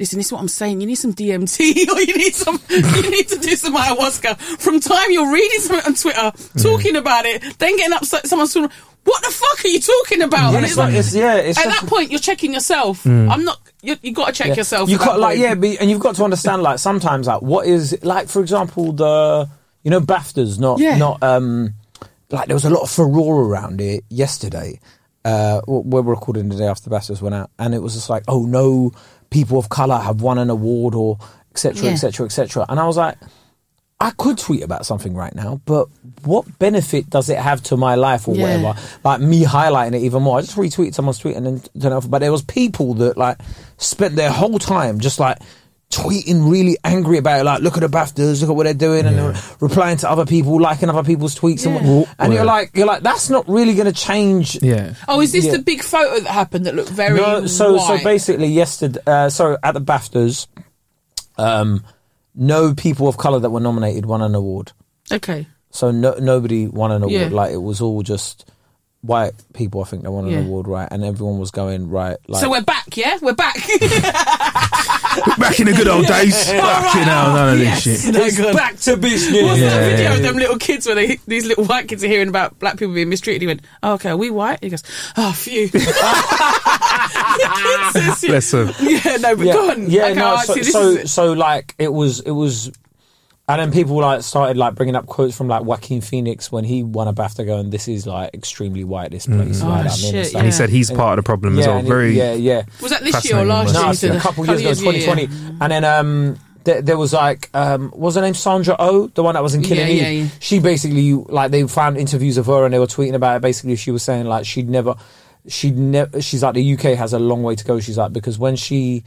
Speaker 5: listen, this is what I'm saying. You need some DMT or you need some, you need to do some ayahuasca. From time you're reading something on Twitter, talking about it, then getting upset, someone's talking, what the fuck are you talking about?
Speaker 4: Yeah, it's like- it's- yeah, it's
Speaker 5: at
Speaker 4: just-
Speaker 5: that point, you're checking yourself.
Speaker 4: Mm.
Speaker 5: I'm not, you, you got to check
Speaker 4: Yeah.
Speaker 5: yourself.
Speaker 4: You
Speaker 5: at
Speaker 4: got
Speaker 5: that
Speaker 4: like
Speaker 5: point.
Speaker 4: yeah, but, and you've got to understand like sometimes like what is like for example the you know Baftas not
Speaker 5: Yeah.
Speaker 4: not um like there was a lot of furore around it yesterday. Uh, w- we're recording the day after the Baftas went out, and it was just like oh no, people of color have won an award or etc
Speaker 9: Yeah.
Speaker 4: etc etc, and I was like. I could tweet about something right now, but what benefit does it have to my life or
Speaker 9: Yeah.
Speaker 4: whatever? Like me highlighting it even more. I just retweeted someone's tweet and then turn it off. But there was people that like spent their whole time just like tweeting really angry about it. Like, look at the BAFTAs, look at what they're doing, and they're replying to other people, liking other people's tweets, and what, and you're
Speaker 3: Yeah.
Speaker 4: like, you're like, that's not really going to change.
Speaker 3: Yeah.
Speaker 5: Oh, is this
Speaker 4: Yeah.
Speaker 5: the big photo that happened that looked very
Speaker 4: No, so
Speaker 5: white?
Speaker 4: so basically, yesterday, uh, so at the BAFTAs, um, no people of color that were nominated won an award.
Speaker 5: okay.
Speaker 4: So no, nobody won an award.
Speaker 5: Yeah.
Speaker 4: Like it was all just white people. I think they won an
Speaker 5: Yeah.
Speaker 4: award, right? And everyone was going right. Like,
Speaker 5: so we're back, yeah? We're back.
Speaker 3: Back in the good old days.
Speaker 5: Yeah.
Speaker 3: Fucking hell, none of this shit.
Speaker 4: it's back to business.
Speaker 5: What's
Speaker 3: Yeah,
Speaker 5: that video
Speaker 3: yeah,
Speaker 5: of
Speaker 3: yeah.
Speaker 5: them little kids where they these little white kids are hearing about black people being mistreated? He went, oh, "Okay, are we white?" He goes, "Oh, phew." The kids says,
Speaker 3: Bless him.
Speaker 5: Yeah, no, but
Speaker 4: yeah,
Speaker 5: go on.
Speaker 4: yeah,
Speaker 5: okay,
Speaker 4: no.
Speaker 5: I
Speaker 4: So,
Speaker 5: see, this
Speaker 4: so,
Speaker 5: is-
Speaker 4: so, like it was, it was, and then people like started like bringing up quotes from like Joaquin Phoenix when he won a BAFTA, going, "This is like extremely white. This place."
Speaker 3: Mm.
Speaker 4: like,
Speaker 3: Oh,
Speaker 4: I mean,
Speaker 3: shit,
Speaker 4: it's, like-
Speaker 3: And he said he's part of the problem as well.
Speaker 4: and
Speaker 3: Very
Speaker 4: yeah, yeah.
Speaker 5: Was that this year or last year?
Speaker 4: No,
Speaker 5: You
Speaker 4: it's
Speaker 5: said
Speaker 4: a
Speaker 5: that-
Speaker 4: couple
Speaker 5: couple
Speaker 4: years ago,
Speaker 5: years, yeah,
Speaker 4: 2020. And then um, there, there was like, um, what was her name Sandra Oh, the one that was in Killing
Speaker 5: Yeah,
Speaker 4: Eve?
Speaker 5: yeah, yeah.
Speaker 4: She basically like they found interviews of her and they were tweeting about it. Basically, she was saying like she'd never, she'd never. She's like the UK has a long way to go. She's like because when she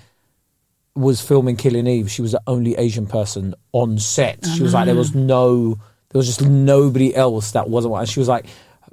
Speaker 4: was filming Killing Eve, she was the only Asian person on set. She was like, there was no, there was just nobody else that wasn't. one. And she was like,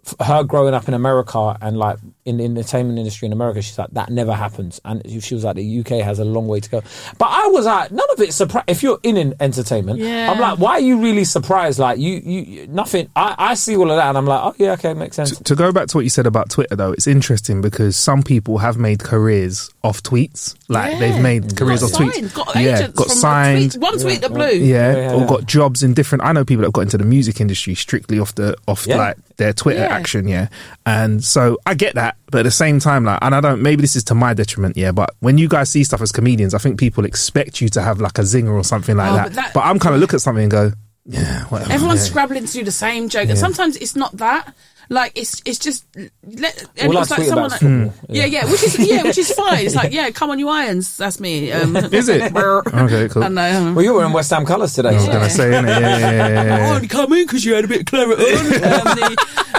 Speaker 4: f- her growing up in America and like in the entertainment industry in America, she's like, that never happens. And she was like, the UK has a long way to go. But I was like, none of it surprised. If you're in, in entertainment,
Speaker 5: Yeah.
Speaker 4: I'm like, why are you really surprised? Like, you, you, you nothing. I, I see all of that and I'm like, oh, yeah, okay, makes sense.
Speaker 3: to go back to what you said about Twitter, though, it's interesting because some people have made careers off tweets. Like
Speaker 5: Yeah.
Speaker 3: they've made
Speaker 5: Got
Speaker 3: careers off
Speaker 5: signed,
Speaker 3: tweets.
Speaker 5: got
Speaker 3: yeah,
Speaker 5: agents
Speaker 3: got
Speaker 5: from a
Speaker 3: signed.
Speaker 5: tweet- one tweet that
Speaker 3: yeah,
Speaker 5: blew.
Speaker 3: Yeah,
Speaker 5: Yeah,
Speaker 3: or
Speaker 5: yeah.
Speaker 3: got jobs in different. I know people that got into the music industry strictly off the off
Speaker 5: Yeah.
Speaker 3: like their Twitter
Speaker 5: Yeah.
Speaker 3: action. Yeah, and so I get that, but at the same time, like, and I don't. Maybe this is to my detriment. Yeah, but when you guys see stuff as comedians, I think people expect you to have like a zinger or something like
Speaker 5: Oh,
Speaker 3: that.
Speaker 5: but that-
Speaker 3: I'm kind of look at something and go, yeah, whatever.
Speaker 5: everyone's
Speaker 3: yeah.
Speaker 5: scrabbling to do the same joke, and
Speaker 3: Yeah.
Speaker 5: sometimes it's not that. Like it's it's just let and
Speaker 3: All I Hmm.
Speaker 5: it's like
Speaker 3: tweet
Speaker 5: someone
Speaker 3: about
Speaker 5: like,
Speaker 3: is football.
Speaker 5: yeah. yeah which is yeah which is fine it's like yeah come on you irons that's me um,
Speaker 4: Is it?
Speaker 3: Okay, cool.
Speaker 5: I know
Speaker 4: Well, you were in West Ham colours today.
Speaker 3: I was gonna say, innit? Yeah, yeah, yeah, yeah, yeah.
Speaker 5: I come in because you had a bit of claret on. um,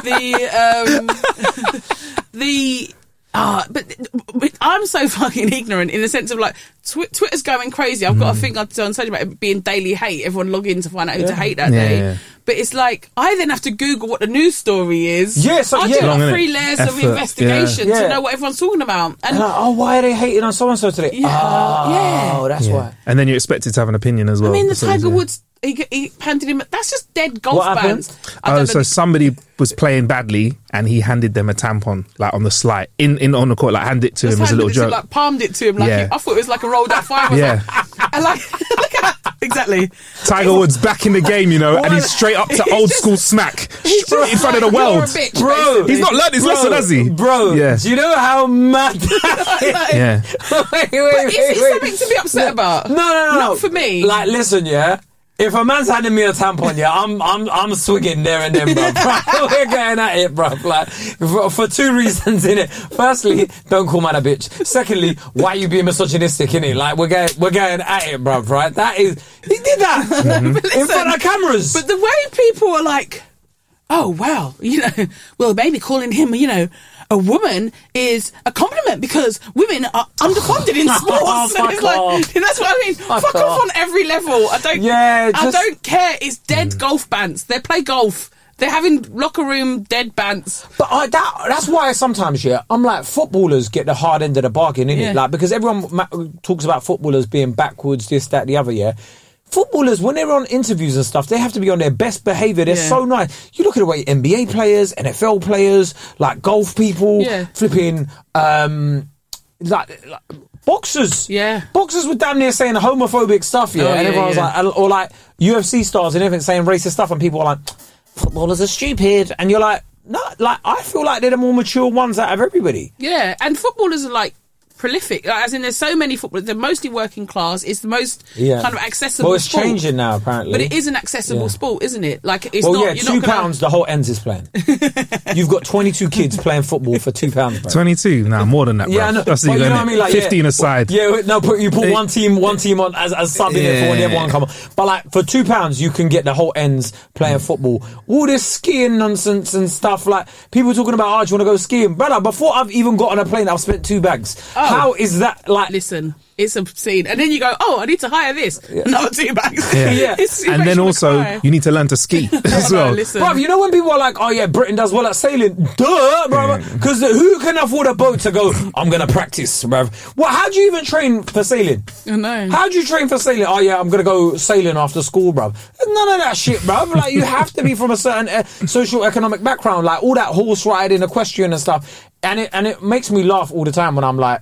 Speaker 5: the the um, the ah, but, but I'm so fucking ignorant in the sense of like tw- Twitter's going crazy. I've got a thing I've done something about it being daily hate. Everyone log in to find out who to
Speaker 4: Yeah.
Speaker 5: hate that
Speaker 3: Yeah,
Speaker 5: day.
Speaker 3: yeah.
Speaker 5: But it's like I then have to Google what the news story is.
Speaker 4: Yeah, so-
Speaker 5: I
Speaker 4: yeah.
Speaker 5: do
Speaker 4: Long,
Speaker 5: like
Speaker 4: innit?
Speaker 5: three layers
Speaker 4: Effort,
Speaker 5: of
Speaker 4: yeah.
Speaker 5: investigation
Speaker 4: Yeah.
Speaker 5: to know what everyone's talking about.
Speaker 4: And like, oh, why are they hating on so and so today?
Speaker 5: Yeah,
Speaker 4: oh,
Speaker 5: yeah.
Speaker 4: that's
Speaker 3: Yeah.
Speaker 4: why.
Speaker 3: And then you're expected to have an opinion as well.
Speaker 5: I mean, the
Speaker 3: So, yeah.
Speaker 5: Tiger Woods he, g- he handed him. That's just dead golf
Speaker 3: What happened?
Speaker 5: bands. I
Speaker 3: Oh,
Speaker 5: don't
Speaker 3: so
Speaker 5: know.
Speaker 3: somebody was playing badly and he handed them a tampon, like on the slide, in, in on the court, like hand it to
Speaker 5: Just
Speaker 3: him as a
Speaker 5: handed
Speaker 3: little
Speaker 5: it to him,
Speaker 3: joke.
Speaker 5: like palmed it to him. Like
Speaker 3: Yeah.
Speaker 5: I thought it was like a rolled out five. I was
Speaker 3: Yeah.
Speaker 5: like, I like, look at that. exactly.
Speaker 3: Tiger Woods back in the game, you know, and he's straight up to old school smack
Speaker 5: he's
Speaker 3: straight in
Speaker 5: just
Speaker 3: front of the
Speaker 5: like, "You're a
Speaker 3: world.
Speaker 5: bitch,"
Speaker 3: bro,
Speaker 5: basically.
Speaker 3: he's not learned his
Speaker 5: Bro,
Speaker 3: lesson, has he?
Speaker 4: Bro,
Speaker 3: yeah.
Speaker 4: do you know how mad that is?
Speaker 3: Yeah.
Speaker 4: wait, wait, wait,
Speaker 5: But is it
Speaker 4: wait.
Speaker 5: something to be upset
Speaker 4: No,
Speaker 5: about?
Speaker 4: No, no, no.
Speaker 5: Not for me.
Speaker 4: Like, listen, yeah. If a man's handing me a tampon, yeah, I'm I'm I'm swigging there and then, bro. We're going at it, bro. Like for, for two reasons in it. Firstly, don't call man a bitch. Secondly, why you being misogynistic in it? Like we're going we're going at it, bro. Right? That is he did that in front of cameras.
Speaker 5: But the way people are like, oh wow, you know, well maybe calling him, you know, a woman is a compliment because women are underfunded in sports.
Speaker 4: Oh,
Speaker 5: and it's
Speaker 4: fuck
Speaker 5: like,
Speaker 4: off.
Speaker 5: and that's what I mean.
Speaker 4: Fuck
Speaker 5: fuck off
Speaker 4: off.
Speaker 5: on every level. I don't.
Speaker 4: Yeah,
Speaker 5: I
Speaker 4: just- Mm.
Speaker 5: don't care. It's dead golf bants. They play golf. They're having locker room dead bants.
Speaker 4: But I, that, that's why sometimes, yeah, I'm like, footballers get the hard end of the bargain, innit?
Speaker 5: Yeah.
Speaker 4: Like, because everyone ma- talks about footballers being backwards, this, that, the other, yeah. Footballers, when they're on interviews and stuff, they have to be on their best behaviour. They're
Speaker 5: Yeah.
Speaker 4: so nice. You look at the way NBA players, NFL players, like golf people,
Speaker 5: Yeah.
Speaker 4: flipping, um, like, like boxers.
Speaker 5: Yeah.
Speaker 4: Boxers were damn near saying homophobic stuff, yeah.
Speaker 5: Oh,
Speaker 4: and
Speaker 5: yeah,
Speaker 4: everyone was
Speaker 5: yeah.
Speaker 4: like, and- or like UFC stars and everything saying racist stuff, and people are like, footballers are stupid, and you're like, no, like I feel like they're the more mature ones out of everybody.
Speaker 5: Yeah, and footballers are like prolific. Like, as in, there's so many footballers. They're mostly working class. It's the most kind of accessible.
Speaker 4: Well, it's
Speaker 5: sport.
Speaker 4: changing now, apparently.
Speaker 5: But it is an accessible
Speaker 4: Yeah.
Speaker 5: sport, isn't it? Like it's
Speaker 4: well,
Speaker 5: not.
Speaker 4: yeah,
Speaker 5: you're
Speaker 4: 2
Speaker 5: not gonna-
Speaker 4: pounds. The whole ends is playing. You've got 22 kids playing football for two pounds. bro.
Speaker 3: 22? Nah, more than that,
Speaker 4: Yeah, I
Speaker 3: bro.
Speaker 4: know.
Speaker 3: That's
Speaker 4: But
Speaker 3: illegal,
Speaker 4: you know
Speaker 3: innit?
Speaker 4: what I mean? Like, yeah.
Speaker 3: 15 aside.
Speaker 4: Yeah, wait, no, put, you put
Speaker 3: It-
Speaker 4: one team, one team on as, as sub in it for the other
Speaker 3: Yeah.
Speaker 4: one come on. But like for two pounds, you can get the whole ends playing football. All this skiing nonsense and stuff. Like people talking about, oh, do you want to go skiing, brother? Before I've even got on a plane, I've spent two bags.
Speaker 3: Oh.
Speaker 4: How is that like?
Speaker 5: Listen, it's obscene. And then you go, oh, I need to hire this. Another two bags.
Speaker 3: Yeah.
Speaker 5: It's- it
Speaker 3: and
Speaker 5: makes
Speaker 3: then
Speaker 5: you
Speaker 3: also,
Speaker 5: cry.
Speaker 3: you need to learn to ski as well.
Speaker 5: listen.
Speaker 4: Bruv, you know when people are like, "Oh yeah, Britain does well at sailing," duh, bruv. Because who can afford a boat to go? I'm gonna practice, bruv. Well, how do you even train for sailing?
Speaker 5: I know.
Speaker 4: How do you train for sailing? Oh yeah, I'm gonna go sailing after school, bruv. None of that shit, bruv. Like you have to be from a certain uh, social economic background, like all that horse riding, equestrian and stuff. And it and it makes me laugh all the time when I'm like,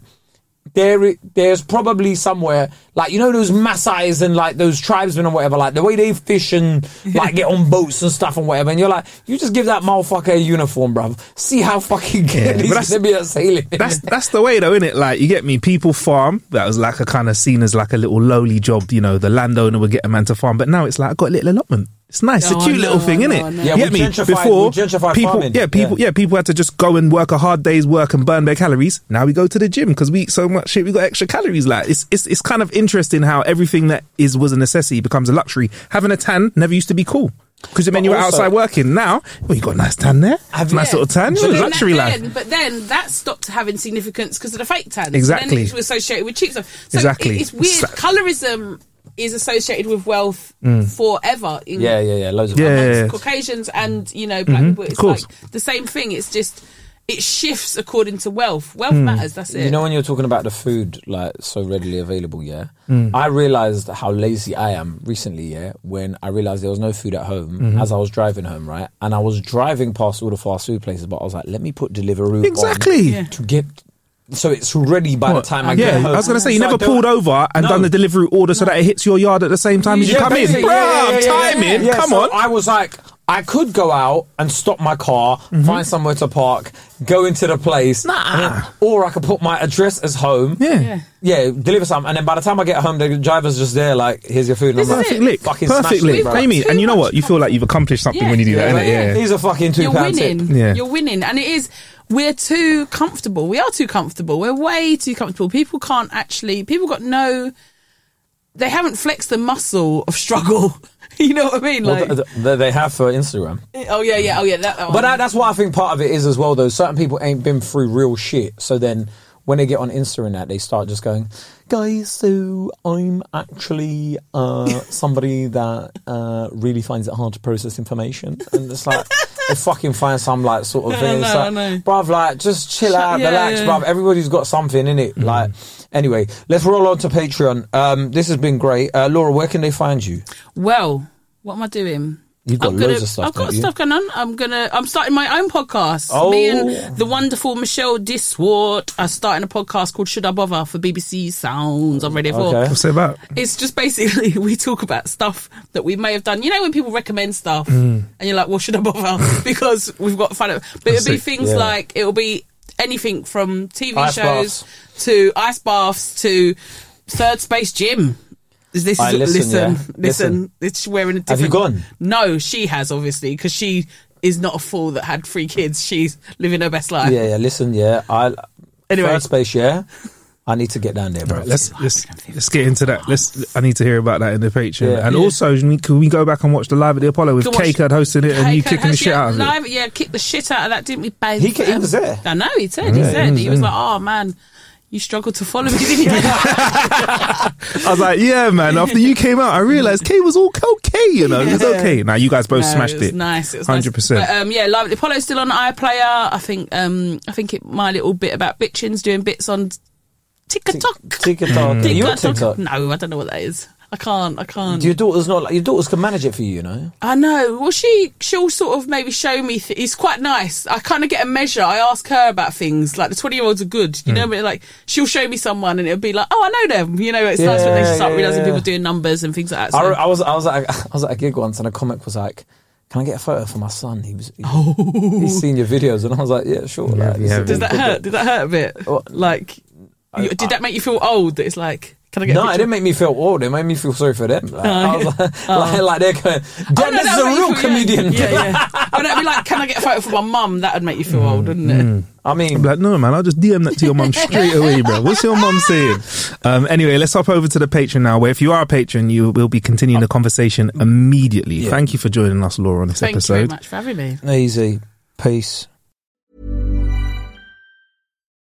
Speaker 4: there i- there's probably somewhere like you know those Maasai's and like those tribesmen and whatever, like the way they fish and like get on boats and stuff and whatever. And you're like, you just give that motherfucker a uniform, bruv. See how fucking
Speaker 3: Yeah,
Speaker 4: good
Speaker 3: but
Speaker 4: he's
Speaker 3: that's-
Speaker 4: gonna be at sailing.
Speaker 3: That's that's the way though, isn't it? Like you get me, people farm. That was like a kind of seen as like a little lowly job, you know. The landowner would get a man to farm, but now it's like I got a little allotment. It's nice,
Speaker 5: No,
Speaker 3: it's a
Speaker 5: I
Speaker 3: cute
Speaker 5: know,
Speaker 3: little thing,
Speaker 5: I
Speaker 3: isn't
Speaker 5: know,
Speaker 3: it?
Speaker 5: I know.
Speaker 3: You
Speaker 5: Yeah,
Speaker 4: we
Speaker 3: get me?
Speaker 4: gentrified-
Speaker 3: Before
Speaker 4: we gentrified
Speaker 3: people,
Speaker 4: farming.
Speaker 3: yeah, people,
Speaker 4: Yeah.
Speaker 3: yeah. people had to just go and work a hard day's work and burn their calories. Now we go to the gym because we eat so much shit, we got extra calories. Like it's it's it's kind of interesting how everything that is was a necessity becomes a luxry. Having a tan never used to be cool. Because it
Speaker 4: But
Speaker 3: meant you were
Speaker 4: also-
Speaker 3: outside working. Now, well, you got a nice tan there,
Speaker 4: Have-
Speaker 3: nice
Speaker 4: yeah.
Speaker 3: little tan,
Speaker 5: But then
Speaker 3: luxury
Speaker 5: that-
Speaker 3: life.
Speaker 5: then- But then that stopped having significance because of the fake tans.
Speaker 3: Exactly.
Speaker 5: Then it was associated with cheap stuff. So
Speaker 3: Exactly.
Speaker 5: it- it's weird.
Speaker 3: Sa-
Speaker 5: Colorism is associated with wealth forever. In
Speaker 4: yeah, yeah, yeah. Loads of
Speaker 3: Yeah,
Speaker 5: amongst
Speaker 3: yeah, yeah.
Speaker 5: Caucasians and you know black people. It's
Speaker 3: of course.
Speaker 5: like the same thing. It's just it shifts according to wealth.
Speaker 3: Mm.
Speaker 5: Wealth matters. That's it.
Speaker 4: You know when you're talking about the food like so readily available, yeah.
Speaker 3: Mm.
Speaker 4: I realized how lazy I am recently, yeah. When I realized there was no food at home
Speaker 3: Mm-hmm.
Speaker 4: as I was driving home, right, and I was driving past all the fast food places, but I was like, let me put Deliveroo on
Speaker 3: Exactly. Yeah.
Speaker 4: to get. So it's ready by
Speaker 3: What?
Speaker 4: the time I
Speaker 3: yeah,
Speaker 4: get home.
Speaker 3: I was going to say, you
Speaker 4: So I
Speaker 3: never
Speaker 4: don't-
Speaker 3: pulled over and
Speaker 4: No.
Speaker 3: done the delivery order so that it hits your yard at the same time as you
Speaker 4: Yeah,
Speaker 3: come in.
Speaker 4: basically,
Speaker 3: Bruh,
Speaker 4: yeah, yeah, yeah, yeah.
Speaker 3: timing,
Speaker 4: Yeah,
Speaker 3: come
Speaker 4: so
Speaker 3: on.
Speaker 4: I was like, I could go out and stop my car,
Speaker 3: Mm-hmm.
Speaker 4: find somewhere to park, go into the place, and then- or I could put my address as home.
Speaker 3: Yeah. Yeah.
Speaker 4: Yeah, deliver some, and then by the time I get home, the driver's just there, like, "Here's your food." And I'm like,
Speaker 3: Perfect lick.
Speaker 4: fucking
Speaker 3: Perfect
Speaker 4: smashed it,
Speaker 3: lick.
Speaker 4: bro.
Speaker 3: Amy,
Speaker 5: Too
Speaker 3: and you know
Speaker 5: much
Speaker 3: what? You feel like you've accomplished something
Speaker 5: Yeah.
Speaker 3: when you do
Speaker 4: Yeah,
Speaker 3: that,
Speaker 4: like,
Speaker 3: innit? Yeah.
Speaker 4: These are fucking two
Speaker 5: you're
Speaker 4: pound tip.
Speaker 5: winning.
Speaker 3: Yeah.
Speaker 5: You're winning, and it is. We're too comfortable. We are too comfortable. We're way too comfortable. People can't actually. People got no. They haven't flexed the muscle of struggle. you know what I mean?
Speaker 4: Well,
Speaker 5: Like,
Speaker 4: th- th- they have for Instagram.
Speaker 5: oh yeah, yeah, oh yeah. That, that
Speaker 4: But
Speaker 5: one.
Speaker 4: that, that's what I think part of it is as well, though. Certain people ain't been through real shit, so then when they get on Insta and that, they start just going, "Guys, so I'm actually uh, somebody that uh, really finds it hard to process information," and it's like. They fucking find some like sort of
Speaker 5: I
Speaker 4: thing. It's
Speaker 5: know, I
Speaker 4: like,
Speaker 5: know.
Speaker 4: bruv, like just chill out,
Speaker 5: yeah,
Speaker 4: relax,
Speaker 5: yeah. Mm.
Speaker 4: bruv. Everybody's got something in it. Like, anyway, let's roll on to Patreon. Um, this has been great, uh, Laura. Where can they find you?
Speaker 5: well, what am I doing?
Speaker 4: You've got
Speaker 5: I'm gonna,
Speaker 4: loads of stuff,
Speaker 5: I've got
Speaker 4: don't you?
Speaker 5: stuff going on. I'm gonna. I'm starting my own podcast.
Speaker 4: Oh.
Speaker 5: Me and the wonderful Michelle Diswart are starting a podcast called "Should I Bother" for BBC Sounds on Radio Four.
Speaker 4: Okay.
Speaker 3: What's it about?
Speaker 5: it's just basically we talk about stuff that we may have done. You know when people recommend stuff
Speaker 4: Mm.
Speaker 5: and you're like, "Well, should I bother?" because we've got fun. Of, but it'll be
Speaker 3: That's it,
Speaker 5: things
Speaker 4: yeah.
Speaker 5: like it'll be anything from TV
Speaker 4: Ice
Speaker 5: shows
Speaker 4: baths.
Speaker 5: to ice baths to third space gym. This is
Speaker 4: Alright, listen,
Speaker 5: listen,
Speaker 4: yeah.
Speaker 5: listen,
Speaker 4: Listen.
Speaker 5: It's wearing a different.
Speaker 4: Have you gone?
Speaker 5: No, she has obviously because she is not a fool that had three kids. She's living her best life.
Speaker 4: Yeah, yeah. Listen, yeah. I
Speaker 5: Anyway.
Speaker 4: first base, yeah. I need to get down there, bro.
Speaker 3: Let's let's let's get into that. Let's. I need to hear about that in the Patreon.
Speaker 4: Yeah.
Speaker 3: And
Speaker 4: Yeah.
Speaker 3: also, can we go back and watch the live at the Apollo with
Speaker 5: Go watch-
Speaker 3: K Cud hosting it and
Speaker 5: Hey,
Speaker 3: you
Speaker 5: Kurt
Speaker 3: kicking the
Speaker 5: Hurst,
Speaker 3: shit
Speaker 5: yeah,
Speaker 3: out of it?
Speaker 5: live, Yeah, kicked the shit out of that, didn't we, babe?
Speaker 4: He ca- he was there.
Speaker 5: I know he said. He
Speaker 3: Yeah,
Speaker 5: said
Speaker 3: he was
Speaker 5: he was
Speaker 3: there.
Speaker 5: like, "Oh man, you struggled to follow me." Didn't you?
Speaker 3: I was like, yeah, man. After you came out, I realized K was all okay. You know, it's okay. Now you guys both
Speaker 5: No,
Speaker 3: smashed
Speaker 5: it. Was
Speaker 3: it.
Speaker 5: Nice, it was
Speaker 3: Hundred
Speaker 5: Nice. But,
Speaker 3: percent.
Speaker 5: um, yeah, live at the Apollo's still on iPlayer. I think. Um, I think it, my little bit about bitchins doing bits on TikTok.
Speaker 3: Hmm.
Speaker 4: TikTok. Are you on TikTok?
Speaker 5: No, I don't know what that is. I can't. I can't.
Speaker 4: Your daughter's not. Like, your daughters can manage it for you, you know.
Speaker 5: I know. Well, she she'll sort of maybe show me. Th- it's quite nice. I kind of get a measure. I ask her about things. Like the twenty year olds are good, you
Speaker 4: Hmm.
Speaker 5: know. But like she'll show me someone, and it'll be like, oh, I know them. You know, it's nice when they
Speaker 4: Yeah,
Speaker 5: start
Speaker 4: yeah,
Speaker 5: realizing
Speaker 4: yeah.
Speaker 5: people doing numbers and things like that. So.
Speaker 4: I, I was I was at a, I was at a gig once and a comic was like, "Can I get a photo for my son? He was he, he's seen your videos." And I was like, "Yeah, sure." like, this
Speaker 3: yeah,
Speaker 4: is
Speaker 5: Oh. Does that
Speaker 4: good.
Speaker 5: hurt? Did that hurt a bit?
Speaker 4: Well,
Speaker 5: like, you- did that make you feel old? That it's like, can I get?
Speaker 4: No,
Speaker 5: a
Speaker 4: it
Speaker 5: picture?
Speaker 4: didn't make me feel old. It made me feel sorry for them. Like, I was like, like, like they're going,
Speaker 5: Oh,
Speaker 4: "Damn,
Speaker 5: no,
Speaker 4: this
Speaker 5: that
Speaker 4: is a
Speaker 5: would make
Speaker 4: real
Speaker 5: you feel-
Speaker 4: comedian."
Speaker 5: Yeah, yeah. yeah. but it'd be like, can I get a photo for my mum? That would make you feel old, wouldn't it?
Speaker 4: I
Speaker 3: I'm
Speaker 4: mean,
Speaker 3: like, no, man, I'll just DM that to your mum straight away, bro. What's your mum saying? Um, anyway, let's hop over to the Patreon now, where if you are a patron, you will be continuing the conversation immediately.
Speaker 4: Yeah.
Speaker 3: Thank you for joining us, Laura, on this
Speaker 5: Thank you
Speaker 3: episode.
Speaker 5: very much for having me.
Speaker 4: easy, peace.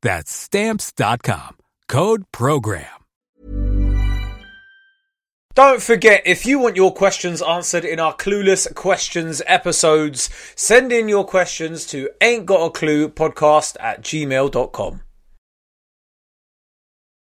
Speaker 10: That's stamps.com. Code program.
Speaker 11: Don't forget, if you want your questions answered in our Clueless Questions episodes, send in your questions to ain't got a clue podcast at gmail.com.